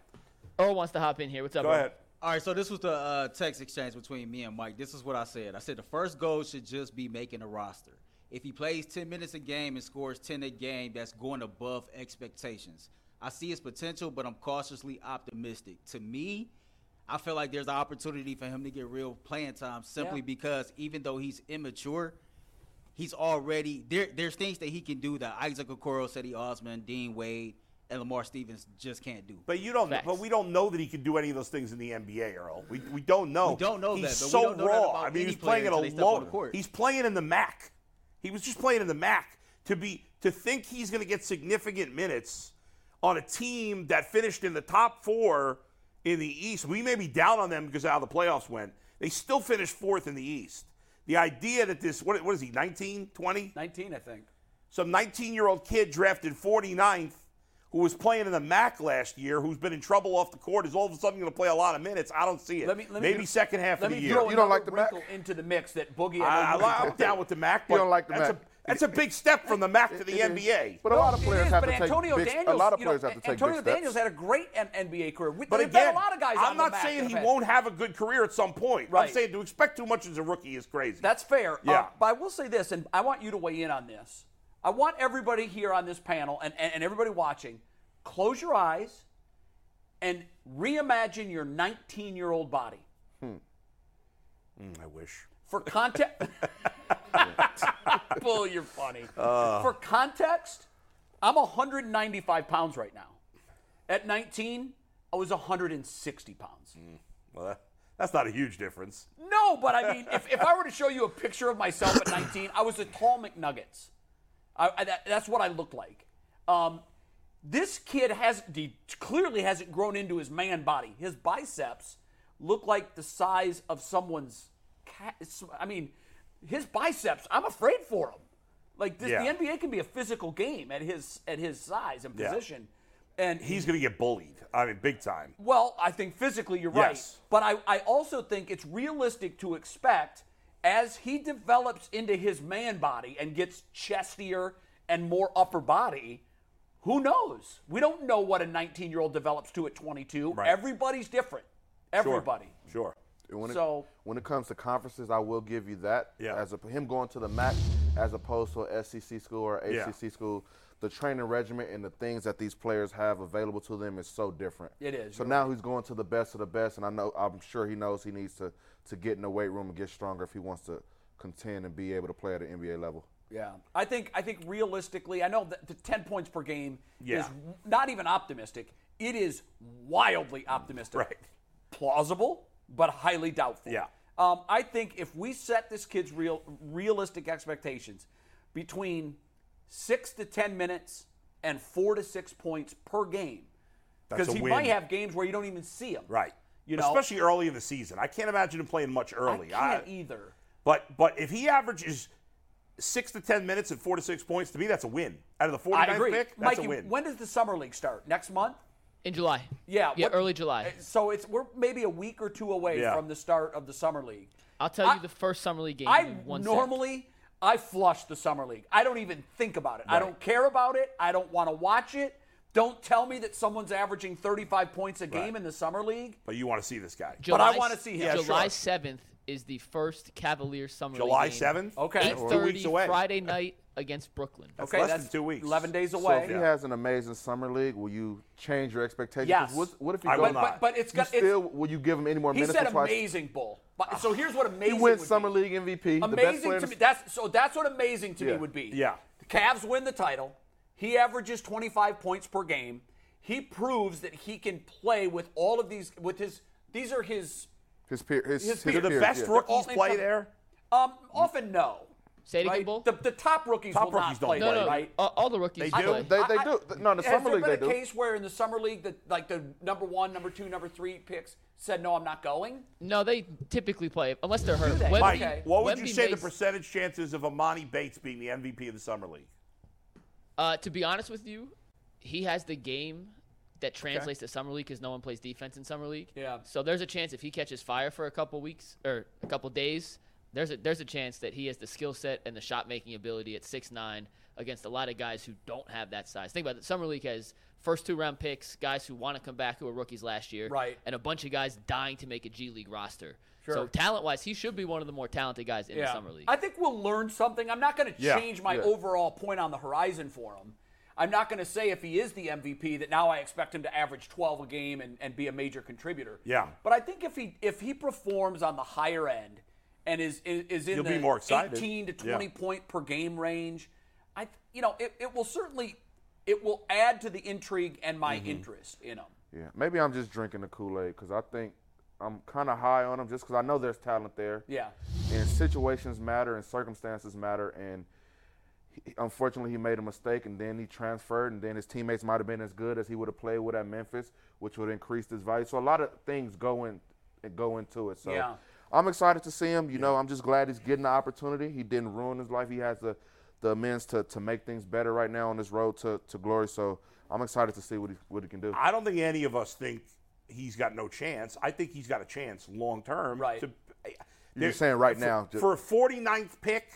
Earl wants to hop in here. What's up? Go Earl? ahead. All right, so this was the uh, text exchange between me and Mike. This is what I said. I said the first goal should just be making the roster. If he plays 10 minutes a game and scores 10 a game, that's going above expectations. I see his potential, but I'm cautiously optimistic. To me, I feel like there's an opportunity for him to get real playing time simply Yeah. because even though he's immature, he's already there. There's things that he can do that Isaac Okoro, Seti Osman, Dean Wade, and Lamar Stevens just can't do. But you don't. Facts. But we don't know that he can do any of those things in the NBA, Earl. We, we don't know. We don't know he's that, but we so don't know that raw. about I mean, any he's playing player at a until they step on low. the court. He's playing in the MAC. He was just playing in the MAC to be to think he's going to get significant minutes on a team that finished in the top four in the East. We may be down on them because of how the playoffs went. They still finished fourth in the East. The idea that this what, what is he 19, 20? 19, I think. some 19 year old kid drafted 49th who was playing in the MAC last year, who's been in trouble off the court, is all of a sudden going to play a lot of minutes. I don't see it. Let me- let me Maybe do- second half Let of the me year. throw You don't another like the Mac? wrinkle into the mix that Boogie. I, I know you I, am like. down with the MAC. You but don't like the that's Mac. A, that's a big step from the MAC to the It is. NBA. But a lot of It players is, have but to take Antonio big, Daniels. a lot of you know, players have to take Antonio big steps. Daniels had a great N- NBA career. We, But there's again, been a lot of guys. on I'm the not Mac saying that he have had- won't have a good career at some point. Right. I'm saying to expect too much as a rookie is crazy. That's fair. Yeah. Uh, but I will say this, and I want you to weigh in on this. I want everybody here on this panel and, and, and everybody watching, close your eyes and reimagine your 19 year old body. Mm, I wish. For context, Bull, you're funny. For context, I'm 195 pounds right now. At 19, I was 160 pounds. Well, that, that's not a huge difference. No, but I mean, if, if I were to show you a picture of myself at 19, I was a tall McNuggets. I, I- that, that's what I looked like. Um, this kid has he clearly hasn't grown into his man body. His biceps look like the size of someone's cat. I mean, his biceps. I'm afraid for him. Like this, Yeah. the NBA can be a physical game at his at his size and Yeah. position. And He's going to get bullied. I mean, big time. well, I think physically you're Yes. right. But I, I also think it's realistic to expect as he develops into his man body and gets chestier and more upper body, who knows? We don't know what a 19 year old develops to at 22. Right. Everybody's different. Everybody. Sure. And when it, So- when it comes to conferences, I will give you that. Yeah. As a, him going to the MAC as opposed to a SEC school or ACC Yeah. school, the training regimen and the things that these players have available to them is so different. It is, So you're now he's going to the best of the best, and I know I'm sure he knows he needs to to get in the weight room and get stronger if he wants to contend and be able to play at an NBA level. Yeah. I think I think realistically, I know that the 10 points per game is Yeah. not even optimistic. It is wildly optimistic. Right. Plausible, but highly doubtful. Yeah. Um, I think if we set this kid's real realistic expectations between six to 10 minutes and four to six points per game, because a he win. might have games where you don't even see him. Right. You know, especially early in the season. I can't imagine him playing much I early. can't either. But but if he averages six to ten minutes and four to six points, to me that's a win. Out of the 49th I agree. pick, that's Mikey, a win. when does the summer league start? Next month? In July. Yeah, Yeah, what- Uh, early July. So it's we're maybe a week or two away Yeah. from the start of the summer league. I'll tell I- you the first summer league game. I in one sec. normally I flush the summer league. I don't even think about it. I don't care about it. I don't want to watch it. Don't tell me that someone's averaging 35 points a game in the summer league. But you want to see this guy. but I want to see him. July seventh is the first Cavalier summer. July league game. 7th? Okay. eight Two thirty weeks away. Friday night against Brooklyn. So if he has an amazing summer league, will you change your expectations? Yes. What, what if he I will goes- not. But- but it's You got- it's- still will you give him any more he minutes? said That's why I- amazing bull. But, so here's what He amazing wins would summer be. league MVP. the best Amazing player to in me. the- That's so. That's what amazing to me Yeah. would be. Yeah. The Cavs win the title. He averages 25 points per game. He proves that he can play with all of these. With his, these are his. his peer, his, His his peers. They're peers, the best yeah. rookies All-in play com- there? Um, often no. Say it again, right? Bull. The, the top rookies Top will not rookies don't play, play. No, no, right? uh, all the rookies They do. play. They- they do. No, in the has summer there league, been they do. a case where in the summer league that like the number one, number two, number three picks said no, I'm not going? No, they typically play unless they're hurt. they? Wemby- Mike, what would you Wemby say the makes- percentage chances of Amani Bates being the MVP of the summer league? Uh, to be honest with you, he has the game that translates to summer league because no one plays defense in summer league. Yeah. So there's a chance if he catches fire for a couple weeks or a couple days, there's a there's a chance that he has the skill set and the shot making ability at six nine against a lot of guys who don't have that size. Think about it. Summer league has first two round picks, guys who want to come back who were rookies last year, Right. And a bunch of guys dying to make a G League roster. So Sure. talent wise, he should be one of the more talented guys in the summer league. I think we'll learn something. I'm not going to Yeah, change my yeah. overall point on the horizon for him. I'm not going to say if he is the MVP that now I expect him to average 12 a game and, and be a major contributor. Yeah. But I think if he if he performs on the higher end and is is, is in You'll the be more excited. 18 to Yeah. 20 point per game range, I th- you know it, it will certainly it will add to the intrigue and my Mm-hmm. interest in him. Yeah, maybe I'm just drinking the Kool Aid because I think I'm kind of high on him just because I know there's talent there. Yeah. And situations matter and circumstances matter. And he, unfortunately, he made a mistake and then he transferred, and then his teammates might have been as good as he would have played with at Memphis, which would increase his value. So a lot of things go in go into it. So Yeah. I'm excited to see him. You know, I'm just glad he's getting the opportunity. He didn't ruin his life. He has the the amends to, to make things better right now on this road to, to glory. So I'm excited to see what he what he can do. I don't think any of us think he's got no chance. I think he's got a chance long term. Right. To, You're saying right for, now, ju- For a 49th pick,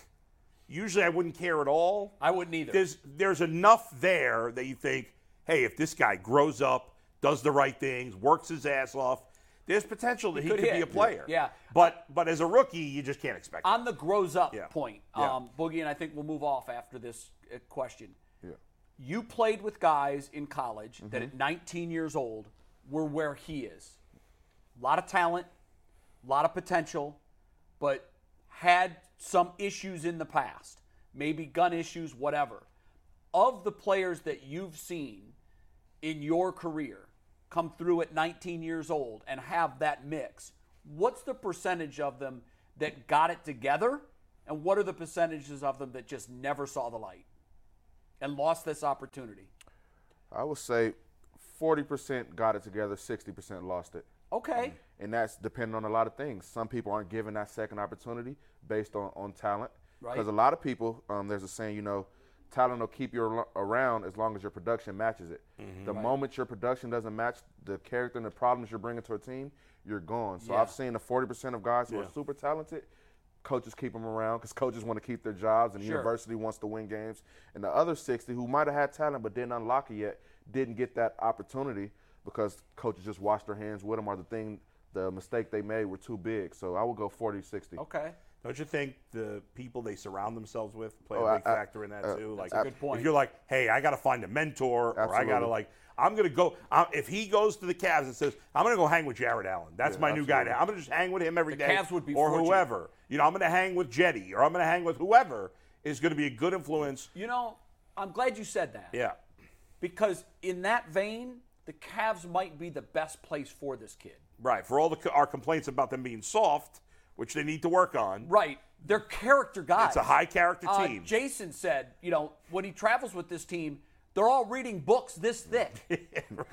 usually I wouldn't care at all. I wouldn't either. There's there's enough there that you think, hey, if this guy grows up, does the right things, works his ass off, there's potential that he, could, be hit. a player. Yeah. But but as a rookie, you just can't expect. it. On the grows up point, Yeah. um, Boogie, and I think we'll move off after this uh, question. Yeah. You played with guys in college that Mm-hmm. at 19 years old were where he is. A lot of talent, a lot of potential, but had some issues in the past, maybe gun issues, whatever. Of the players that you've seen in your career come through at 19 years old and have that mix, what's the percentage of them that got it together? And what are the percentages of them that just never saw the light and lost this opportunity? I would say 40% got it together, 60% lost it. Okay. And that's depending on a lot of things. Some people aren't given that second opportunity based on, on talent. Right. Because a lot of people, um, there's a saying, you know, talent will keep you ar- around as long as your production matches it. The Mm-hmm. Right. moment your production doesn't match the character and the problems you're bringing to a team, you're gone. So Yeah. I've seen the 40% of guys who Yeah. are super talented, coaches keep them around because coaches want to keep their jobs and Sure. university wants to win games. And the other 60 who might have had talent but didn't unlock it yet didn't get that opportunity because coaches just washed their hands with them or the thing, the mistake they made were too big. So I would go 40 60. Okay. Don't you think the people they surround themselves with play Oh, a I- big I- factor in that uh, too? That's Like, a good point. If you're like, hey, I got to find a mentor, or I got to Absolutely. like, I'm gonna go. i if he goes to the Cavs and says, I'm gonna go hang with Jared Allen. That's Yeah, my new guy absolutely. now. I'm gonna just hang with him every The day, Cavs would be or fortunate. whoever. You know, I'm gonna hang with Jetty, or I'm gonna hang with whoever is gonna be a good influence. You know, I'm glad you said that. Yeah. Because in that vein, the Cavs might be the best place for this kid. Right. For all the our complaints about them being soft, which they need to work on. Right. They're character guys. It's a high character Uh, team. Jason said, you know, when he travels with this team, they're all reading books this thick. The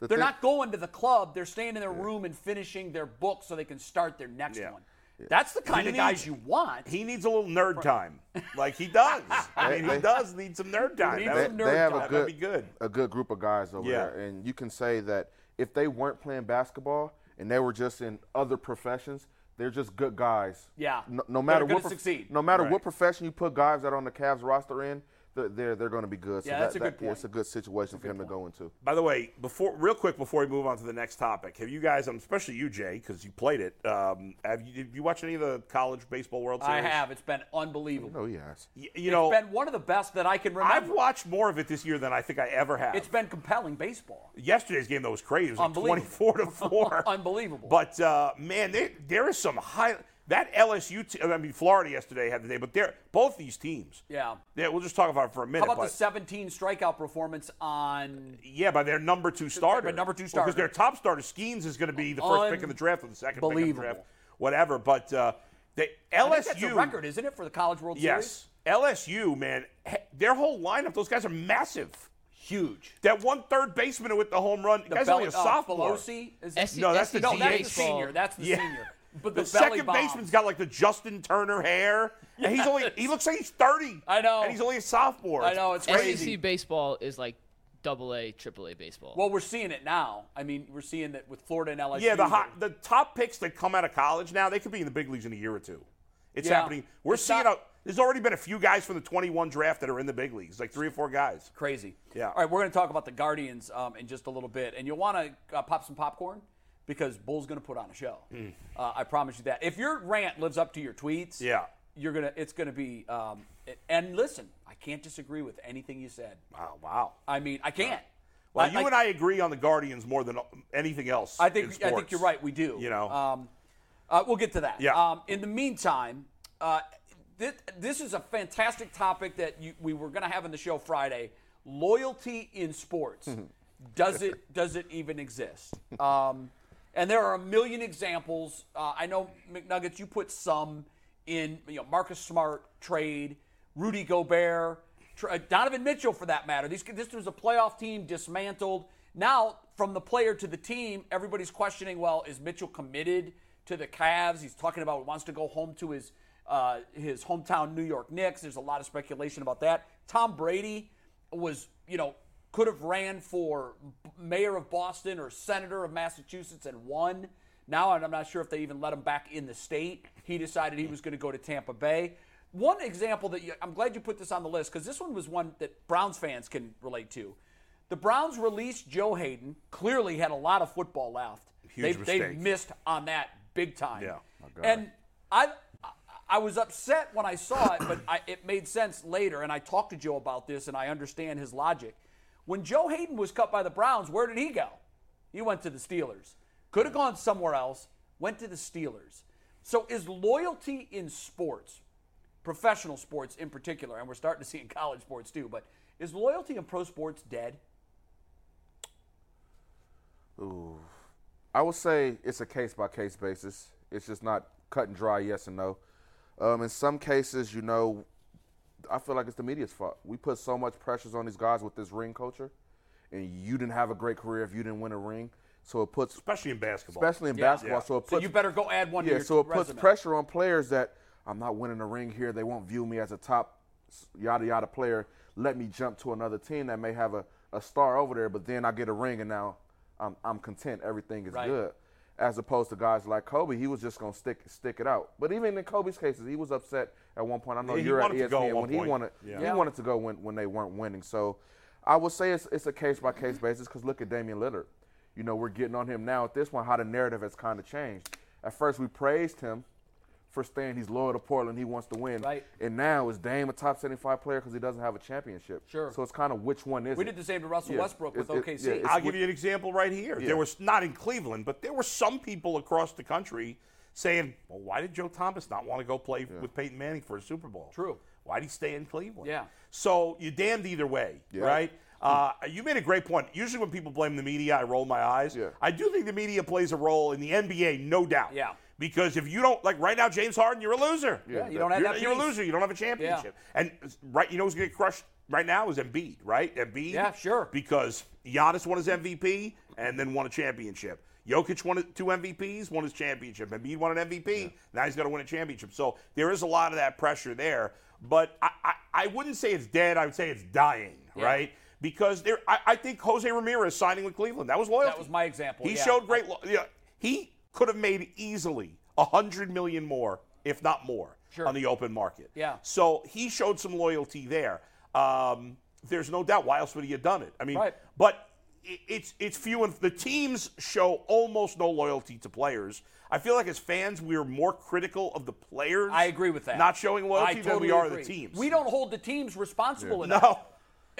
they're thing- not going to the club. They're staying in their room and finishing their book so they can start their next one. That's the kind He of guys needs- you want. He needs a little nerd time, like he does. I mean, he They- does need some nerd time. They, That would- they have a that'd good, be good. a good group of guys over Yeah. there, and you can say that if they weren't playing basketball and they were just in other professions, they're just good guys. Yeah. No, no They're matter gonna what, prof- succeed. no matter Right. what profession you put guys that are on the Cavs roster in, they're they're, they're going to be good. So Yeah, that- that's a that- good point. It's a good situation for him to go into. By the way, before real quick before we move on to the next topic, have you guys, um, especially you, Jay, because you played it, um, have you did you watch any of the college baseball World I Series? have. It's been unbelievable. Oh yes. You know, it's been one of the best that I can remember. I've watched more of it this year than I think I ever have. It's been compelling baseball. Yesterday's game though was crazy. It was like Unbelievable. 24 to four. Unbelievable. But uh, man, there there is some high. That LSU, te- I mean Florida yesterday had the day, but they're both these teams. Yeah. Yeah, we'll just talk about it for a minute. How about but- the 17 strikeout performance on? Yeah, by their number two starter. number two starter. Because their top starter, Skeens, is going to be the first pick in the draft or the second pick in the draft, Unbelievable. whatever. But uh, they, I think that's a LSU. record, isn't it, for the College World yes. LSU, man, he- their whole lineup, those guys are massive. Huge. That one third baseman who hit the home run, The guy's Bel- only a uh, sophomore. Pelosi? Is it- no, that's the, No, that's the DH. senior. That's the Yeah. senior. But the, the belly second bomb. baseman's got like the Justin Turner hair. And he's only he looks like he's 30. I know. And he's only a sophomore. crazy. SEC baseball is like double A, triple A baseball. Well, we're seeing it now. I mean, we're seeing that with Florida and LSU. Yeah, the hot, the top picks that come out of college now, they could be in the big leagues in a year or two. It's Yeah. happening. We're It's seeing not- a, there's already been a few guys from the 21 draft that are in the big leagues, like three or four guys. Crazy. Yeah. All right, we're going to talk about the Guardians um, in just a little bit, and you'll want to uh, pop some popcorn because Bull's going to put on a show. Hmm. Uh, I promise you that. If your rant lives up to your tweets, Yeah. you're gonna. It's going to be. Um, it- and listen, I can't disagree with anything you said. Wow, wow. I mean, I can't. Well, I- you and I agree on the Guardians more than anything else. I in think I sports. think you're right. We do. You know. Um, uh, we'll get to that. Yeah. Um, in the meantime, uh, this, this is a fantastic topic that you, we were going to have in the show Friday. Loyalty in sports. Mm-hmm. does it does it even exist? Um, and there are a million examples. Uh, I know McNuggets. You put some in. You know, Marcus Smart trade, Rudy Gobert, tr- uh, Donovan Mitchell, for that matter. These this was a playoff team dismantled. Now, from the player to the team, everybody's questioning. Well, is Mitchell committed to the Cavs? He's talking about wants to go home to his uh, his hometown New York Knicks. There's a lot of speculation about that. Tom Brady was, you know, could have ran for b- mayor of Boston or senator of Massachusetts and won. Now I'm not sure if they even let him back in the state. He decided he was going to go to Tampa Bay. One example that you, I'm glad you put this on the list because this one was one that Browns fans can relate to. The Browns released Joe Hayden. Clearly had a lot of football left. Huge they, they mistake. missed on that big time. Yeah. My God. And I I was upset when I saw it, but I, it made sense later. And I talked to Joe about this, and I understand his logic. When Joe Hayden was cut by the Browns, where did he go? He went to the Steelers. Could have gone somewhere else. Went to the Steelers. So is loyalty in sports, professional sports in particular, and we're starting to see in college sports too, but is loyalty in pro sports dead? Ooh. I would say it's a case by case basis. It's just not cut and dry, yes and no. Um, in some cases, you know, I feel like it's the media's fault. We put so much pressures on these guys with this ring culture, and you didn't have a great career if you didn't win a ring. So it puts, especially in basketball, especially in Yeah. basketball, Yeah. so it So puts you better go add one to yeah, your so it puts resume. pressure on players that I'm not winning a ring here. They won't view me as a top s- yada yada player. Let me jump to another team that may have a, a star over there, but then I get a ring and now I'm, I'm content. Everything is Right. good. As opposed to guys like Kobe, he was just gonna stick stick it out. But even in Kobe's cases, he was upset at one point. I know Yeah, he you're at E wanted to go at ESPN one when he point. wanted Yeah. he Yeah. wanted to go when, when they weren't winning. So I would say it's, it's a case by case basis because look at Damian Lillard. You know, we're getting on him now at this one, how the narrative has kind of changed. At first, we praised him for staying. He's loyal to Portland. He wants to win. Right. And now is Dame a top 75 player because he doesn't have a championship? Sure. So it's kind of which one is We it? did the same to Russell Yeah, Westbrook with it's- it- OKC. yeah, it's I'll whi- give you an example right here. Yeah. There was not in Cleveland, but there were some people across the country saying, "Well, why did Joe Thomas not want to go play with Peyton Manning for a Super Bowl? True. Why would he stay in Cleveland? Yeah. So you're damned either way, right? Uh, you made a great point. Usually, when people blame the media, I roll my eyes. Yeah. I do think the media plays a role in the NBA, no doubt. Yeah. Because if you don't like right now, James Harden, you're a loser. Yeah, you don't have you're, that you're a piece. loser. You don't have a championship. And uh, right, you know who's going to get crushed right now is Embiid, right? Embiid. Yeah, sure. Because Giannis won his MVP and then won a championship. Jokic won two MVPs, won his championship. Embiid won an MVP. Now he's going to win a championship. So there is a lot of that pressure there. But I, I, I wouldn't say it's dead. I would say it's dying, right? Because there, I, I think Jose Ramirez signing with Cleveland that was loyalty. That was my example, He yeah. showed great. Lo- yeah, he could have made easily a hundred million more, if not more, Sure. on the open market. Yeah. So he showed some loyalty there. Um, there's no doubt. Why else would he have done it? I mean, Right. but i- it's it's few and the teams show almost no loyalty to players. I feel like as fans, we're more critical of the players. I agree with that. Not showing I loyalty than totally we are agree. the teams. We don't hold the teams responsible Yeah. enough. No.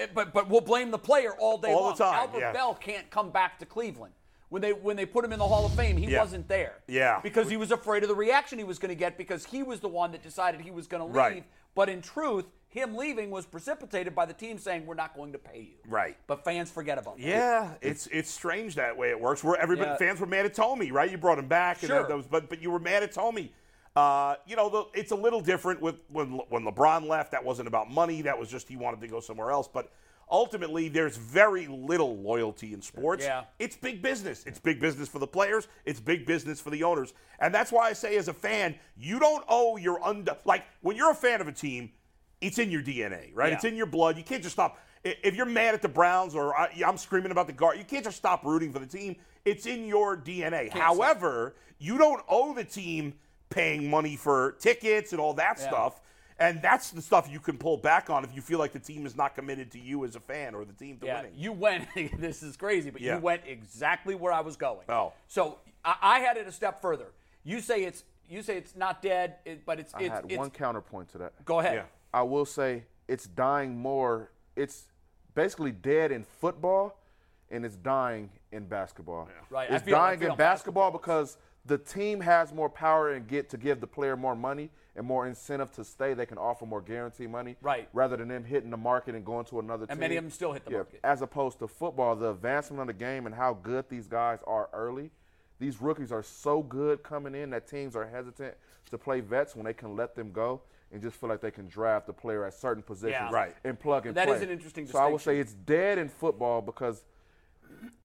Eh, But but we'll blame the player all day All the long. time, Albert yeah. Bell can't come back to Cleveland. When they when they put him in the Hall of Fame, he Yeah. wasn't there. Yeah. Because he was afraid of the reaction he was going to get because he was the one that decided he was going to leave. Right. But in truth, him leaving was precipitated by the team saying we're not going to pay you. Right. But fans forget about that. Yeah, it's it's strange that way it works. Where everybody Yeah. fans were mad at Tommy, right? You brought him back, and Sure. that, that was, but but you were mad at Tommy. Uh, you know, the, it's a little different with when Le- when LeBron left. That wasn't about money. That was just he wanted to go somewhere else. But ultimately, there's very little loyalty in sports. Yeah. It's big business. It's big business for the players. It's big business for the owners. And that's why I say, as a fan, you don't owe your undo like when you're a fan of a team, it's in your DNA, right? Yeah. It's in your blood. You can't just stop. i- If you're mad at the Browns or I, I'm screaming about the guard, you can't just stop rooting for the team. It's in your DNA. However, you don't owe the team paying money for tickets and all that Yeah. stuff. And that's the stuff you can pull back on if you feel like the team is not committed to you as a fan or the team to Yeah, winning. you went. this is crazy, but Yeah. you went exactly where I was going. Oh. so I, I had it a step further. You say it's you say it's not dead, it, but it's I it's, had it's one counterpoint to that. go ahead. Yeah. I will say it's dying more. It's basically dead in football, and it's dying in basketball. Right, I It's feel- I dying feel in basketball because the team has more power and get to give the player more money and more incentive to stay. They can offer more guarantee money, Right. Rather than them hitting the market and going to another. And team. many of them still hit the Yeah, market. As opposed to football, the advancement of the game and how good these guys are early. These rookies are so good coming in that teams are hesitant to play vets when they can let them go and just feel like they can draft a player at certain positions Right. and plug and That play. is an interesting So I would distinction. say it's dead in football because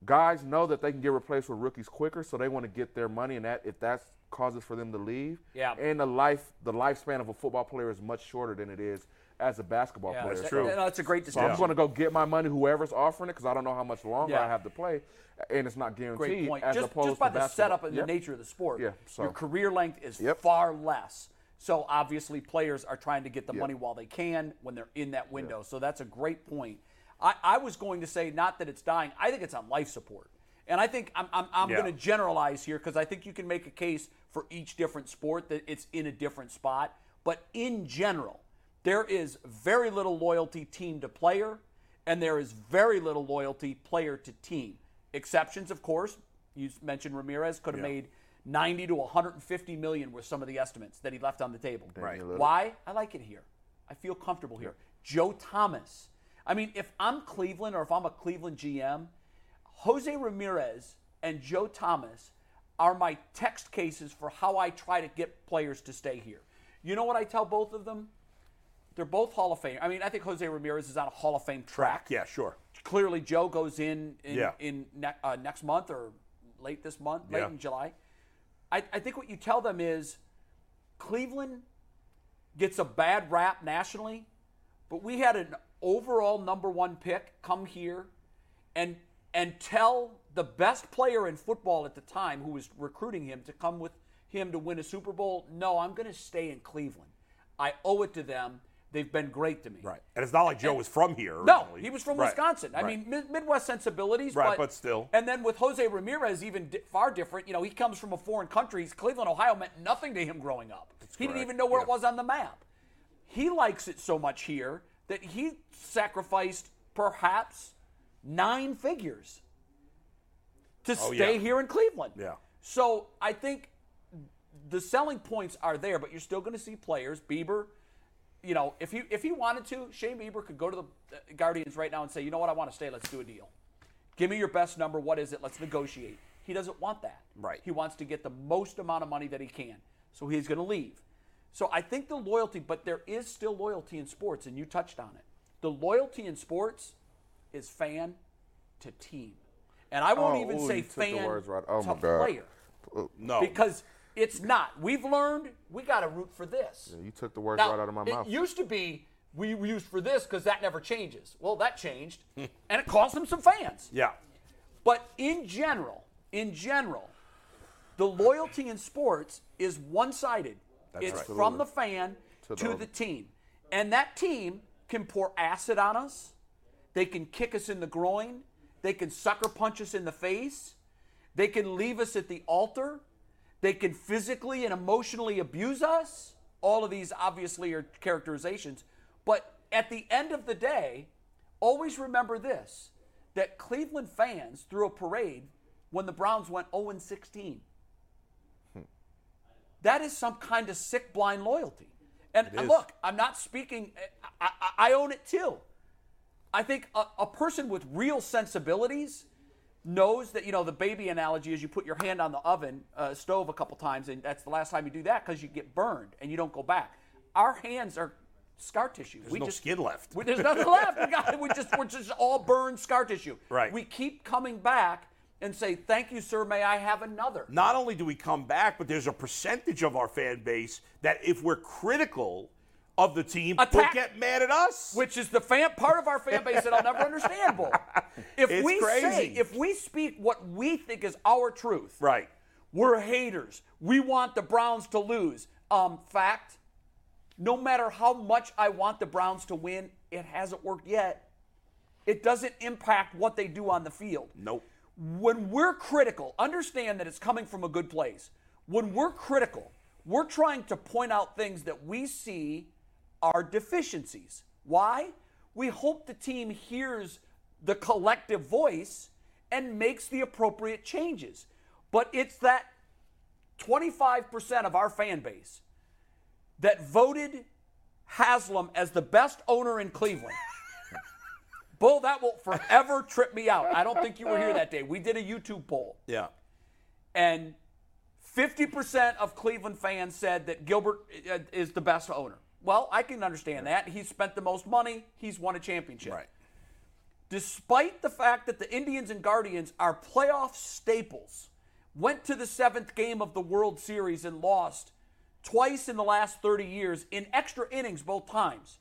guys know that they can get replaced with rookies quicker, so they want to get their money, and that if that causes for them to leave, Yeah. and the life the lifespan of a football player is much shorter than it is as a basketball player. That- So- that- no, that's a great so distinction. I'm going to go get my money, whoever's offering it, because I don't know how much longer Yeah. I have to play, and it's not guaranteed. Great point. As Just, opposed just by to the basketball. setup and Yep. the nature of the sport, Yeah, so- your career length is Yep. far less. So obviously, players are trying to get the money while they can when they're in that window. So that's a great point. I, I was going to say not that it's dying. I think it's on life support, and I think I'm I'm, I'm Yeah. going to generalize here because I think you can make a case for each different sport that it's in a different spot. But in general, there is very little loyalty team to player, and there is very little loyalty player to team. Exceptions, of course. You mentioned Ramirez could have made 90 to 150 million were some of the estimates that he left on the table. Right. Why? I like it here. I feel comfortable here. Joe Thomas. I mean, if I'm Cleveland or if I'm a Cleveland GM, Jose Ramirez and Joe Thomas are my text cases for how I try to get players to stay here. You know what I tell both of them? They're both Hall of Fame. I mean, I think Jose Ramirez is on a Hall of Fame track. Yeah, sure. Clearly, Joe goes in in, Yeah. in ne- uh, next month or late this month, late Yeah. in July. I, I think what you tell them is Cleveland gets a bad rap nationally, but we had an overall number one pick come here and and tell the best player in football at the time who was recruiting him to come with him to win a Super Bowl, no, I'm going to stay in Cleveland. I owe it to them. They've been great to me. Right. And it's not like Joe was from here. No, originally. he was from Right. Wisconsin. I Right. mean, mid- Midwest sensibilities. Right, but still. And then with Jose Ramirez, even di- far different. You know, he comes from a foreign country. He's- Cleveland, Ohio meant nothing to him growing up. he didn't correct, even know where it yeah. was on the map. He likes it so much here that he sacrificed perhaps nine figures to stay Oh, yeah. here in Cleveland. Yeah. So I think the selling points are there, but you're still going to see players. Bieber, you know, if he if he wanted to, Shane Bieber could go to the uh, Guardians right now and say, you know what, I want to stay. Let's do a deal. Give me your best number. What is it? Let's negotiate. He doesn't want that. Right. He wants to get the most amount of money that he can. So he's going to leave. So I think the loyalty, but there is still loyalty in sports, and you touched on it. The loyalty in sports is fan to team. And I won't Oh, even ooh, say you took the fan words right- oh to my God. player No. because it's not. We've learned we got to root for this. You took the words Now, right out of my it mouth. used to be we used for this because that never changes. Well, that changed, and it cost them some fans. yeah. But in general, in general, the loyalty in sports is one sided. It's right. from the fan to, the the team. And that team can pour acid on us. They can kick us in the groin. They can sucker punch us in the face. They can leave us at the altar. They can physically and emotionally abuse us. All of these obviously are characterizations. But at the end of the day, always remember this that Cleveland fans threw a parade when the Browns went 0 16. That is some kind of sick, blind loyalty. And It is. look, I'm not speaking, I, I, I own it too. I think a, a person with real sensibilities knows that you know the baby analogy is you put your hand on the oven uh, stove a couple times and that's the last time you do that because you get burned and you don't go back. Our hands are scar tissue. There's no skin left. we- there's nothing left. We got, we just we're just all burned scar tissue. Right. We keep coming back and say thank you, sir. May I have another? Not only do we come back, but there's a percentage of our fan base that if we're critical of the team, will Attack. get mad at us. Which is the fan part of our fan base that I'll never understand. Bull. If It's we say, crazy. if we speak what we think is our truth, right? We're haters. We want the Browns to lose. Um, fact. No matter how much I want the Browns to win, it hasn't worked yet. It doesn't impact what they do on the field. Nope. When we're critical, understand that it's coming from a good place. When we're critical, we're trying to point out things that we see are deficiencies. Why? We hope the team hears the collective voice and makes the appropriate changes. But it's that 25% of our fan base that voted Haslam as the best owner in Cleveland. Bull, that will forever trip me out. I don't think you were here that day. We did a YouTube poll, Yeah. and 50% of Cleveland fans said that Gilbert uh, is the best owner. Well, I can understand that. He's spent the most money, he's won a championship. Right. Despite the fact that the Indians and Guardians are playoff staples, went to the seventh game of the World Series and lost twice in the last 30 years in extra innings both times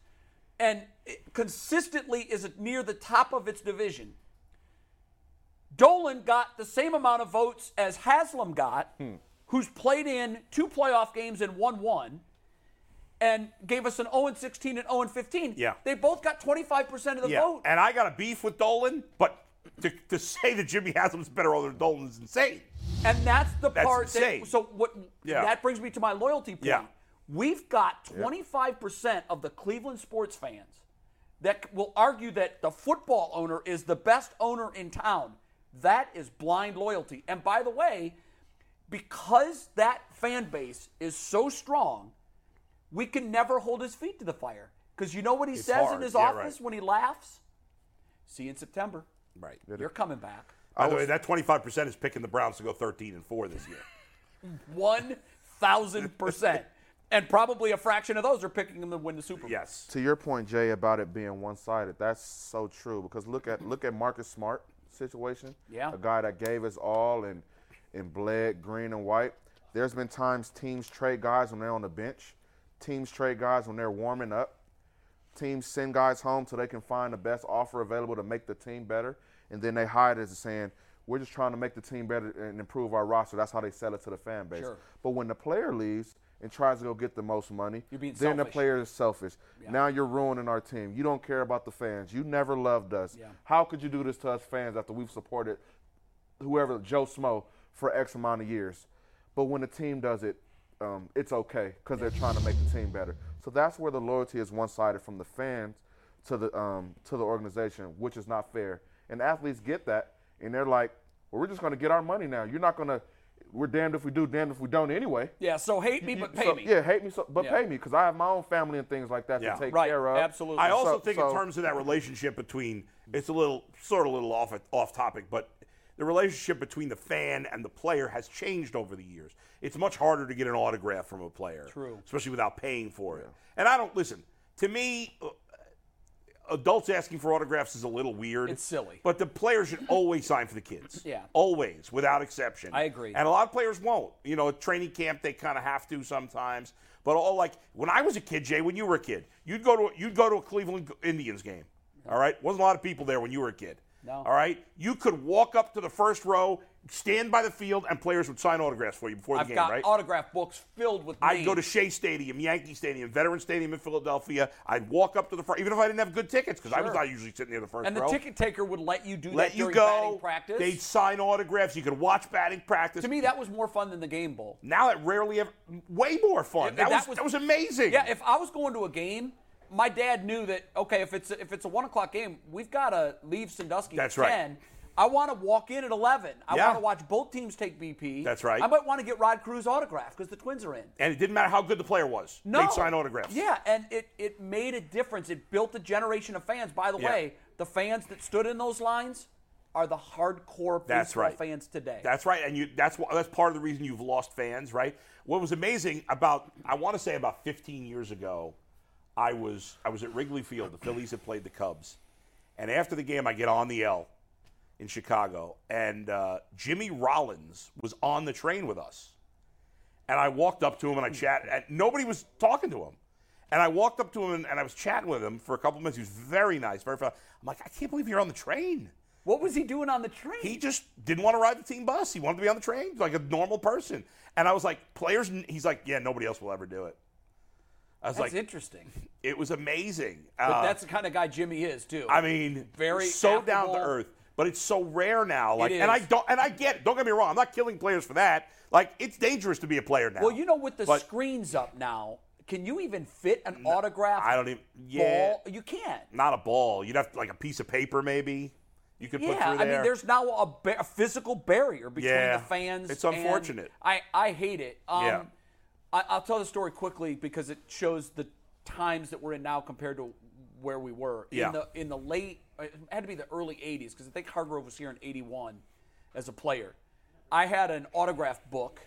and it consistently is near the top of its division. Dolan got the same amount of votes as Haslam got, Hmm. who's played in two playoff games and won one, and gave us an 0 16 and 0 15. Yeah. They both got 25% of the yeah. vote. And I got a beef with Dolan, but to, to say that Jimmy Haslam's better owner than Dolan is insane. And that's the That's part insane. that. So what? Yeah. That brings me to my loyalty point. Yeah. We've got 25% of the Cleveland sports fans that will argue that the football owner is the best owner in town. That is blind loyalty. And by the way, because that fan base is so strong, we can never hold his feet to the fire. Because you know what he It's says in hard. his Yeah, office right. when he laughs? See you in September. Right. You're coming back. By the way, that 25% is picking the Browns to go 13 and 4 this year. One thousand percent, and probably a fraction of those are picking them to win the Super Bowl. Yes. To your point, Jay, about it being one-sided, that's so true. Because look at look at Marcus Smart situation. Yeah. A guy that gave us all and and bled green and white. There's been times teams trade guys when they're on the bench, teams trade guys when they're warming up, teams send guys home so they can find the best offer available to make the team better, and then they hide as saying. We're just trying to make the team better and improve our roster. That's how they sell it to the fan base. Sure. But when the player leaves and tries to go get the most money, You're being then the selfish. player is selfish. Now you're ruining our team. You don't care about the fans. You never loved us. Yeah. How could you do this to us fans after we've supported whoever Joe Smo for X amount of years? But when the team does it, um, it's okay because they're trying to make the team better. So that's where the loyalty is one-sided from the fans to the um, to the organization, which is not fair. And athletes get that, and they're like, "Well, we're just going to get our money now. You're not going to. We're damned if we do, damned if we don't anyway." Yeah. So hate You- me, you- but pay so- me. Yeah, hate me, so, but Yeah. pay me because I have my own family and things like that Yeah. to take Right, care of. absolutely. I also So- think so- in terms of that relationship between it's a little sort of a little off off topic, but the relationship between the fan and the player has changed over the years. It's much harder to get an autograph from a player, True. especially without paying for it. And I don't listen. To me, uh, adults asking for autographs is a little weird. It's silly. But the player should always sign for the kids. Yeah. Always, without exception. I agree. And a lot of players won't. You know, at training camp they kind of have to sometimes. But all like when I was a kid, Jay, when you were a kid, you'd go to you'd go to a Cleveland Indians game. All right, wasn't a lot of people there when you were a kid. All right, you could walk up to the first row, stand by the field, and players would sign autographs for you before the I've game. got right? autograph books filled with I'd names. go to Shea Stadium, Yankee Stadium, Veteran Stadium in Philadelphia. I'd walk up to the front, even if I didn't have good tickets, because I was Sure. not usually sitting near the first and the row. ticket taker would let you do Let that you during go. batting practice. They'd sign autographs. You could watch batting practice. to me, that was more fun than the game bowl. now it rarely ever, way more fun. If- that, if was, that was amazing. Yeah, if I was going to a game, my dad knew that. Okay, if it's if it's a one o'clock game, we've got to leave Sandusky That's at right. ten. I want to walk in at eleven. I Yeah. want to watch both teams take BP. That's right. I might want to get Rod Cruz autograph because the Twins are in. and it didn't matter how good the player was. No. They'd sign autographs. Yeah, and it it made a difference. It built a generation of fans. By the Yeah. way, the fans that stood in those lines are the hardcore That's baseball right. fans today. That's right, and you that's wh- that's part of the reason you've lost fans, right? What was amazing about I want to say about 15 years ago, I was I was at Wrigley Field. The Phillies had played the Cubs, and after the game, I get on the L in Chicago, and uh, Jimmy Rollins was on the train with us, and I walked up to him and I chatted, and nobody was talking to him. And I walked up to him and, and I was chatting with him for a couple minutes. He was very nice, very friendly. I'm like, I can't believe you're on the train. what was he doing on the train? He just didn't want to ride the team bus. He wanted to be on the train like a normal person. And I was like, players, he's like, yeah, nobody else will ever do it. I was that's like, interesting. it was amazing. But Uh, that's the kind of guy Jimmy is too. I mean, very so down to affable. earth, but it's so rare now. Like, It and I is. don't, and I get it. Don't get me wrong. I'm not killing players for that. Like, it's dangerous to be a player now. Well, you know, with the But- screens up now, can you even fit an autograph? I don't even. Yeah, Ball? You can't. not a ball. You'd have like a piece of paper, maybe. You could put Yeah, through I there. mean, there's now a, ba- a physical barrier between Yeah, the fans. it's and- unfortunate. I, I hate it. Um, Yeah. I, I'll tell the story quickly because it shows the times that we're in now compared to where we were. Yeah. In the, in the late, it had to be the early 80s because I think Hardgrove was here in 81 as a player. I had an autograph book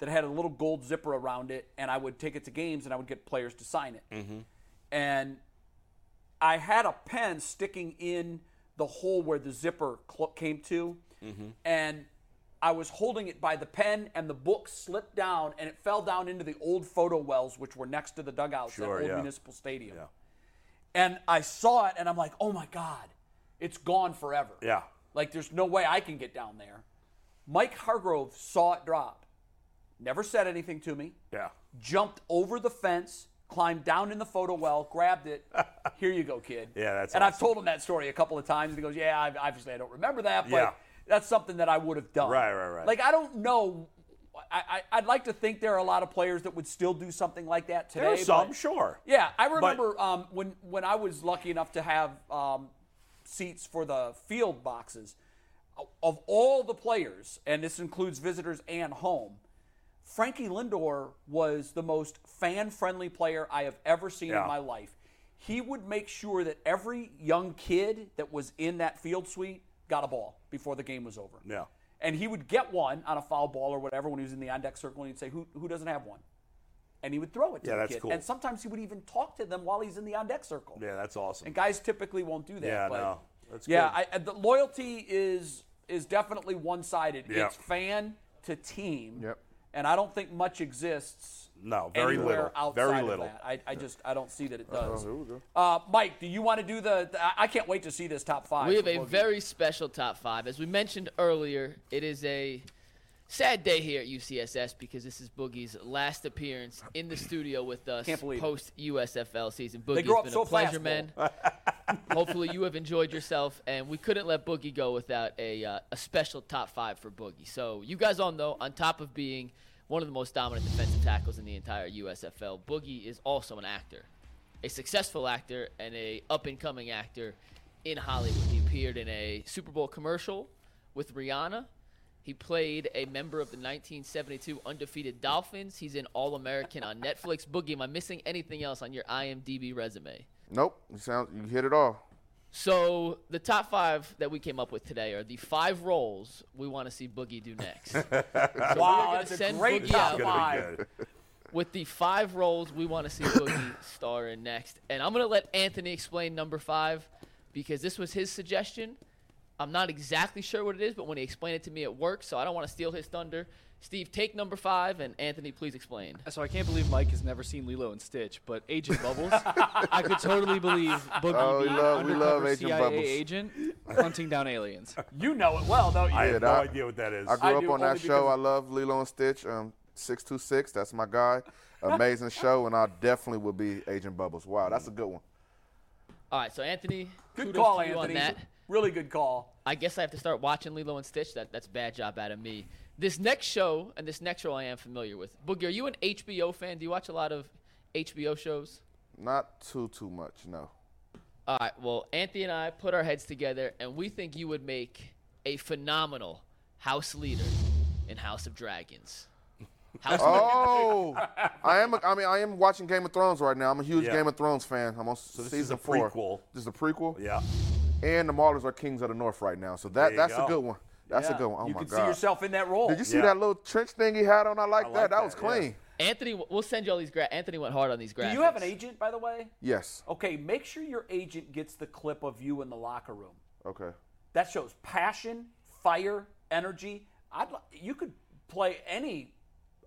that had a little gold zipper around it, and I would take it to games and I would get players to sign it. Mm-hmm. And I had a pen sticking in the hole where the zipper cl- came to, Mm-hmm. and I was holding it by the pen, and the book slipped down, and it fell down into the old photo wells, which were next to the dugouts Sure, at Old yeah. Municipal Stadium. And I saw it, and I'm like, oh my God, it's gone forever. yeah, Like, there's no way I can get down there. Mike Hargrove saw it drop, never said anything to me yeah. jumped over the fence, climbed down in the photo well, grabbed it. Here you go, kid. Yeah, that's And I've awesome. told him that story a couple of times. And he goes, Yeah, I, obviously I don't remember that, but Yeah. that's something that I would have done. Right, right, right. Like I don't know. I, I, I'd like to think there are a lot of players that would still do something like that today. There are some, but- sure. yeah, I remember um, when when I was lucky enough to have um, seats for the field boxes. o- Of all the players, and this includes visitors and home, Frankie Lindor was the most fan-friendly player I have ever seen Yeah. in my life. He would make sure that every young kid that was in that field suite got a ball before the game was over. Yeah. And he would get one on a foul ball or whatever when he was in the on deck circle, and he'd say, "Who who doesn't have one?" And he would throw it to Yeah, the that's kid. cool. And sometimes he would even talk to them while he's in the on deck circle. Yeah, that's awesome. And guys typically won't do that. Yeah, but no, that's yeah. good. I, I- the loyalty is is definitely one sided. Yeah. It's fan to team. Yep. And I don't think much exists. No, very anywhere little. Outside Very of little. that. I, I just I don't see that it does. here Uh-huh. we go. Uh, Mike, do you want to do the? the- I- I can't wait to see this top five. We have for a Boogie. very special top five. As we mentioned earlier, it is a sad day here at UCSS because this is Boogie's last appearance in the studio with us Can't believe it. post USFL season. Boogie's grow up been so a pleasure, fast, man. Hopefully, you have enjoyed yourself, and we couldn't let Boogie go without a uh, a special top five for Boogie. So you guys all know, on top of being one of the most dominant defensive tackles in the entire USFL, Boogie is also an actor, a successful actor, and a up and coming actor in Hollywood. He appeared in a Super Bowl commercial with Rihanna. He played a member of the 1972 undefeated Dolphins. He's an All American on Netflix. Boogie, am I missing anything else on your IMDb resume? Nope. You sound you hit it all. So the top five that we came up with today are the five roles we want to see Boogie do next. So we're wow. gonna That's a send great Boogie top out five. Gonna be good. with the five roles we want to see Boogie star in next. And I'm gonna let Anthony explain number five because this was his suggestion. I'm not exactly sure what it is, but when he explained it to me, it worked. So I don't want to steal his thunder. Steve, take number five, and Anthony, please explain. So I can't believe Mike has never seen Lilo and Stitch, but Agent Bubbles, I could totally believe Boogie Oh, we being love- undercover we love Agent CIA Bubbles. agent hunting down aliens. You know it well, don't you? I have Did no I- idea what that is. I grew I up do, on that only show. because- I love Lilo and Stitch. Um, six two six. That's my guy. Amazing show, and I definitely would be Agent Bubbles. Wow, that's a good one. All right, so Anthony, Good kudos call, to you Anthony. on that. Really good call. I guess I have to start watching Lilo and Stitch. That that's a bad job out of me. This next show and this next show I am familiar with. Boogie, are you an HBO fan? Do you watch a lot of HBO shows? Not too too much. No. All right. Well, Anthony and I put our heads together, and we think you would make a phenomenal house leader in House of Dragons. House oh, I am. A, I mean, I am watching Game of Thrones right now. I'm a huge Yeah. Game of Thrones fan. I'm on this season is a four. prequel. This is a prequel. Yeah. And the Marlins are kings of the North right now, so There that you that's go. a good one. That's Yeah. a good one. Oh You my can see God. yourself in that role. Did you see Yeah. that little trench thing he had on? I like, that. That was yeah. clean. Anthony, we'll send you all these gra- Anthony went hard on these graphics. Do you have an agent, by the way? Yes. Okay, make sure your agent gets the clip of you in the locker room. Okay. That shows passion, fire, energy. I'd li- you could play any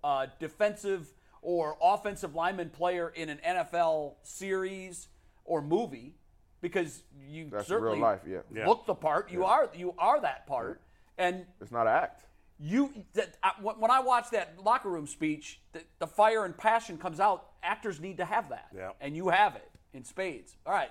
uh, defensive or offensive lineman player in an NFL series or movie because you That's certainly real life, yeah. Yeah. look the part. You Yeah. are you are that part, and it's not an act. You that, I, when when I watch that locker room speech, the, the fire and passion comes out. Actors need to have that, yeah. and you have it in spades. All right,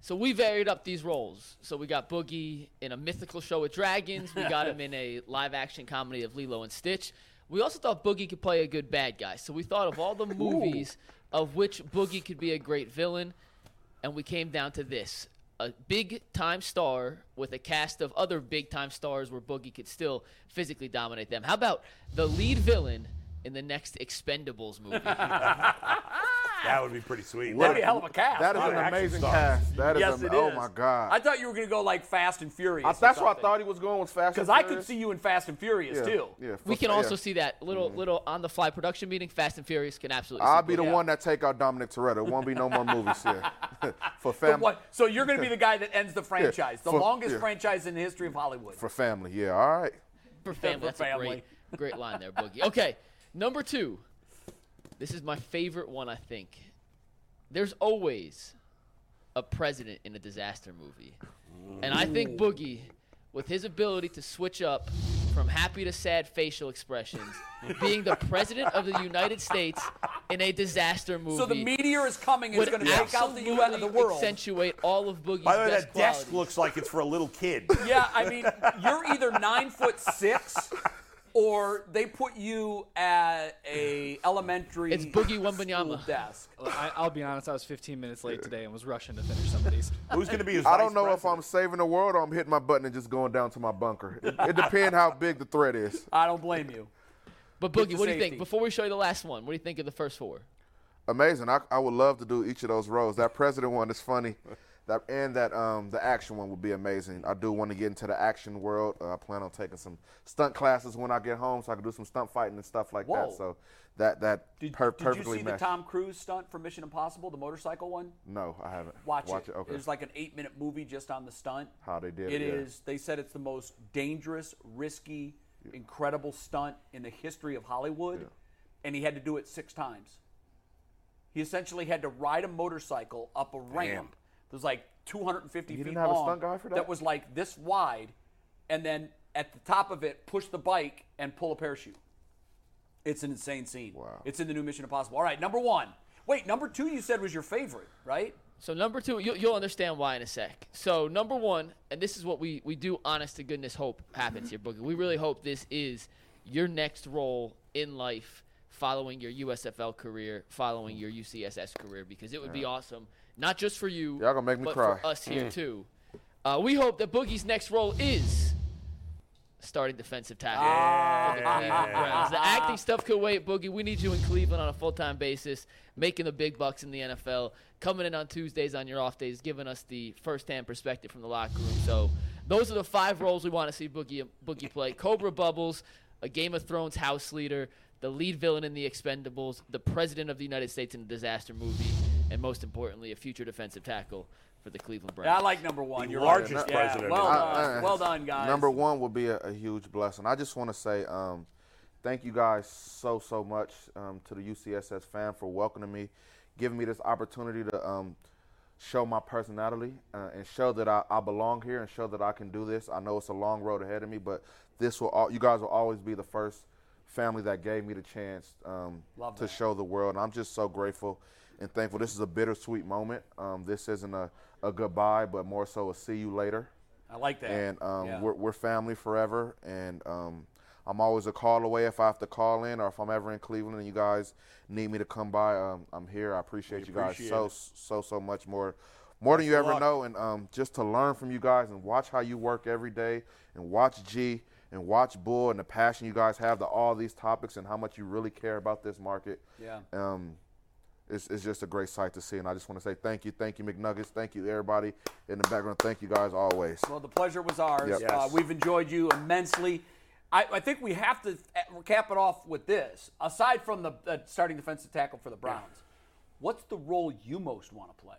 So we varied up these roles. So we got Boogie in a mythical show with dragons. We got him in a live action comedy of Lilo and Stitch. We also thought Boogie could play a good bad guy. So we thought of all the movies of which Boogie could be a great villain. And we came down to this a big time star with a cast of other big time stars where Boogie could still physically dominate them. How about the lead villain in the next Expendables movie? That would be pretty sweet. That'd be a hell of a cast. That is Lot an of action amazing stars. cast. That is yes, am- it Oh is. my God. I thought you were going to go like Fast and Furious. I- or that's where I something. thought he was going was Fast. Because and I could Furious. see you in Fast and Furious Yeah, too. yeah, we for- can also yeah. see that little little on the fly production meeting. Fast and Furious can absolutely. I'll see be the Boogie. one that take out Dominic Toretto. It won't be no more movies here for The family. one- so you're going to be the guy that ends the franchise, the for- longest yeah. franchise in the history of Hollywood. For family, yeah. All right. For family. For That's a family. great, great line there, Boogie. Okay, number two. This is my favorite one, I think. There's always a president in a disaster movie. And I think Boogie, with his ability to switch up from happy to sad facial expressions, being the president of the United States in a disaster movie. So the meteor is coming and it's would gonna take out the U- absolutely the world. Accentuate all of Boogie's By the way, best that qualities. desk looks like it's for a little kid. yeah, I mean, you're either nine foot six, or they put you at a elementary. It's Boogie Wembanyama desk. I, I'll be honest. I was 15 minutes late today and was rushing to finish some of these. I don't know if I'm saving the world or I'm hitting my button and just going down to my bunker. It, it depends how big the threat is. I don't blame you. But Get Boogie, to what do you think? safety. Before we show you the last one, what do you think of the first four? Amazing. I, I would love to do each of those roles. That president one is funny. That and that um the action one would be amazing. I do want to get into the action world. Uh, I plan on taking some stunt classes when I get home, so I can do some stunt fighting and stuff like Whoa. that. So that that per- Did you perfectly see the matched. Tom Cruise stunt for Mission Impossible, the motorcycle one? No, I haven't. Watch, Watch it. it. Okay. There's like an eight minute movie just on the stunt. How they did It it, yeah. is. They said it's the most dangerous, risky, incredible stunt in the history of Hollywood, and he had to do it six times. He essentially had to ride a motorcycle up a ramp. That was like 250 You feet didn't have a long. stunt guy for that? was like this wide, and then at the top of it, push the bike and pull a parachute. It's an insane scene. Wow. It's in the new Mission Impossible. All right, number one. Wait, number two you said was your favorite, right? So number two, you, you'll understand why in a sec. So number one, and this is what we we do, honest to goodness, hope happens here, Boogie. We really hope this is your next role in life, following your USFL career, following your UCSS career, because it would be Yeah. awesome, not just for you, Y'all gonna make me but cry. for us here Mm. too. Uh, we hope that Boogie's next role is starting defensive tackle. for the Cleveland Browns. The acting stuff could wait, Boogie. We need you in Cleveland on a full time basis, making the big bucks in the NFL, coming in on Tuesdays on your off days, giving us the first hand perspective from the locker room. So those are the five roles we want to see Boogie Boogie play. Cobra Bubbles, a Game of Thrones house leader, the lead villain in The Expendables, the president of the United States in a disaster movie, and most importantly, a future defensive tackle for the Cleveland Browns. Yeah, I like number one. The You're right. largest Yeah, president well ever. done. Well done, guys. Uh, Number one will be a, a huge blessing. I just want to say um, thank you guys so, so much um, to the UCSS fan for welcoming me, giving me this opportunity to um, show my personality uh, and show that I, I belong here and show that I can do this. I know it's a long road ahead of me, but this will all, you guys will always be the first family that gave me the chance um, Love to show the world. And I'm just so grateful and thankful. This is a bittersweet moment. Um, this isn't a, a goodbye, but more so a see you later. I like that. And um, Yeah. we're, we're family forever. And um, I'm always a call away if I have to call in or if I'm ever in Cleveland and you guys need me to come by. Um, I'm here. I appreciate you guys appreciate so it. so so much more. More than you Good ever luck. know, and um, just to learn from you guys and watch how you work every day, and watch G and watch Bull and the passion you guys have to all these topics and how much you really care about this market. Yeah. Um, it's, it's just a great sight to see, and I just want to say thank you, thank you, McNuggets, thank you, everybody in the background, thank you guys always. Well, the pleasure was ours. Yep. Uh, Yes. we've enjoyed you immensely. I, I think we have to uh, cap it off with this. Aside from the uh, starting defensive tackle for the Browns, what's the role you most want to play?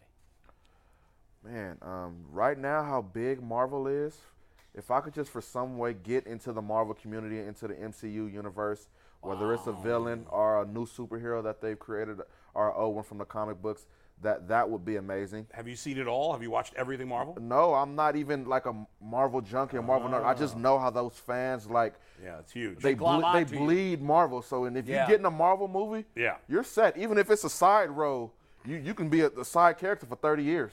Man, um, right now, how big Marvel is, if I could just for some way get into the Marvel community, into the MCU universe, whether it's a villain or a new superhero that they've created or an old one from the comic books, that, that would be amazing. Have you seen it all? Have you watched everything Marvel? No, I'm not even like a Marvel junkie or Marvel nerd. I just know how those fans like. Ah. Yeah, it's huge. They, They glom ble- they onto you. bleed Marvel. So, and if Yeah. you get in a Marvel movie, Yeah. you're set. Even if it's a side role, you, you can be a, a side character for 30 years.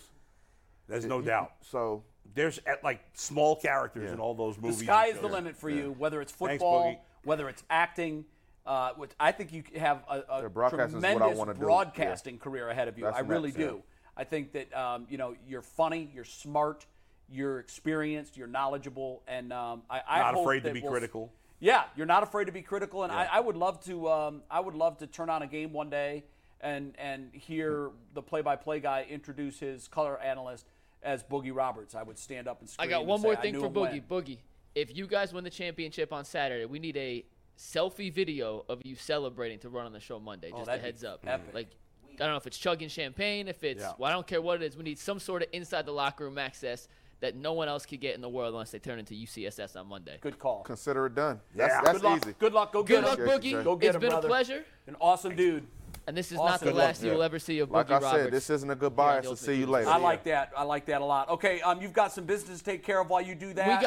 There's no doubt. So there's at like small characters in all those movies. The and sky is the shows. limit for Yeah. you, whether it's Thanks, football, Boogie. whether it's acting. Uh, which I think you have a, a Yeah, broadcasting is what I tremendous wanna do. broadcasting Yeah. career ahead of you. That's I the really next, yeah. do. I think that um, you know you're funny, you're smart, you're experienced, you're knowledgeable, and um, I, I Not hope afraid to that be we'll- critical. Yeah, you're not afraid to be critical, and I, I would love to. Um, I would love to turn on a game one day and and hear the play-by-play guy introduce his color analyst as Boogie Roberts. I would stand up and I scream. got and one say, more "I thing knew for him when." Boogie. Boogie, if you guys win the championship on Saturday, we need a selfie video of you celebrating to run on the show Monday. Oh, Just a that'd be heads up. epic. Like, I don't know if it's chugging champagne, if it's, Yeah. well, I don't care what it is. We need some sort of inside the locker room access that no one else could get in the world unless they turn into UCSS on Monday. Good call. Consider it done. Yeah. That's, that's Good luck. easy. Good luck. Go Good get luck, him. Boogie. Go get It's him, been a brother. pleasure. An awesome dude. And this is Awesome. not the Good last luck, you will yeah. ever see of Like Boogie I said, Roberts. this isn't a goodbye. It's a see you later. I like that. I like that a lot. Okay, um, you've got some business to take care of while you do that.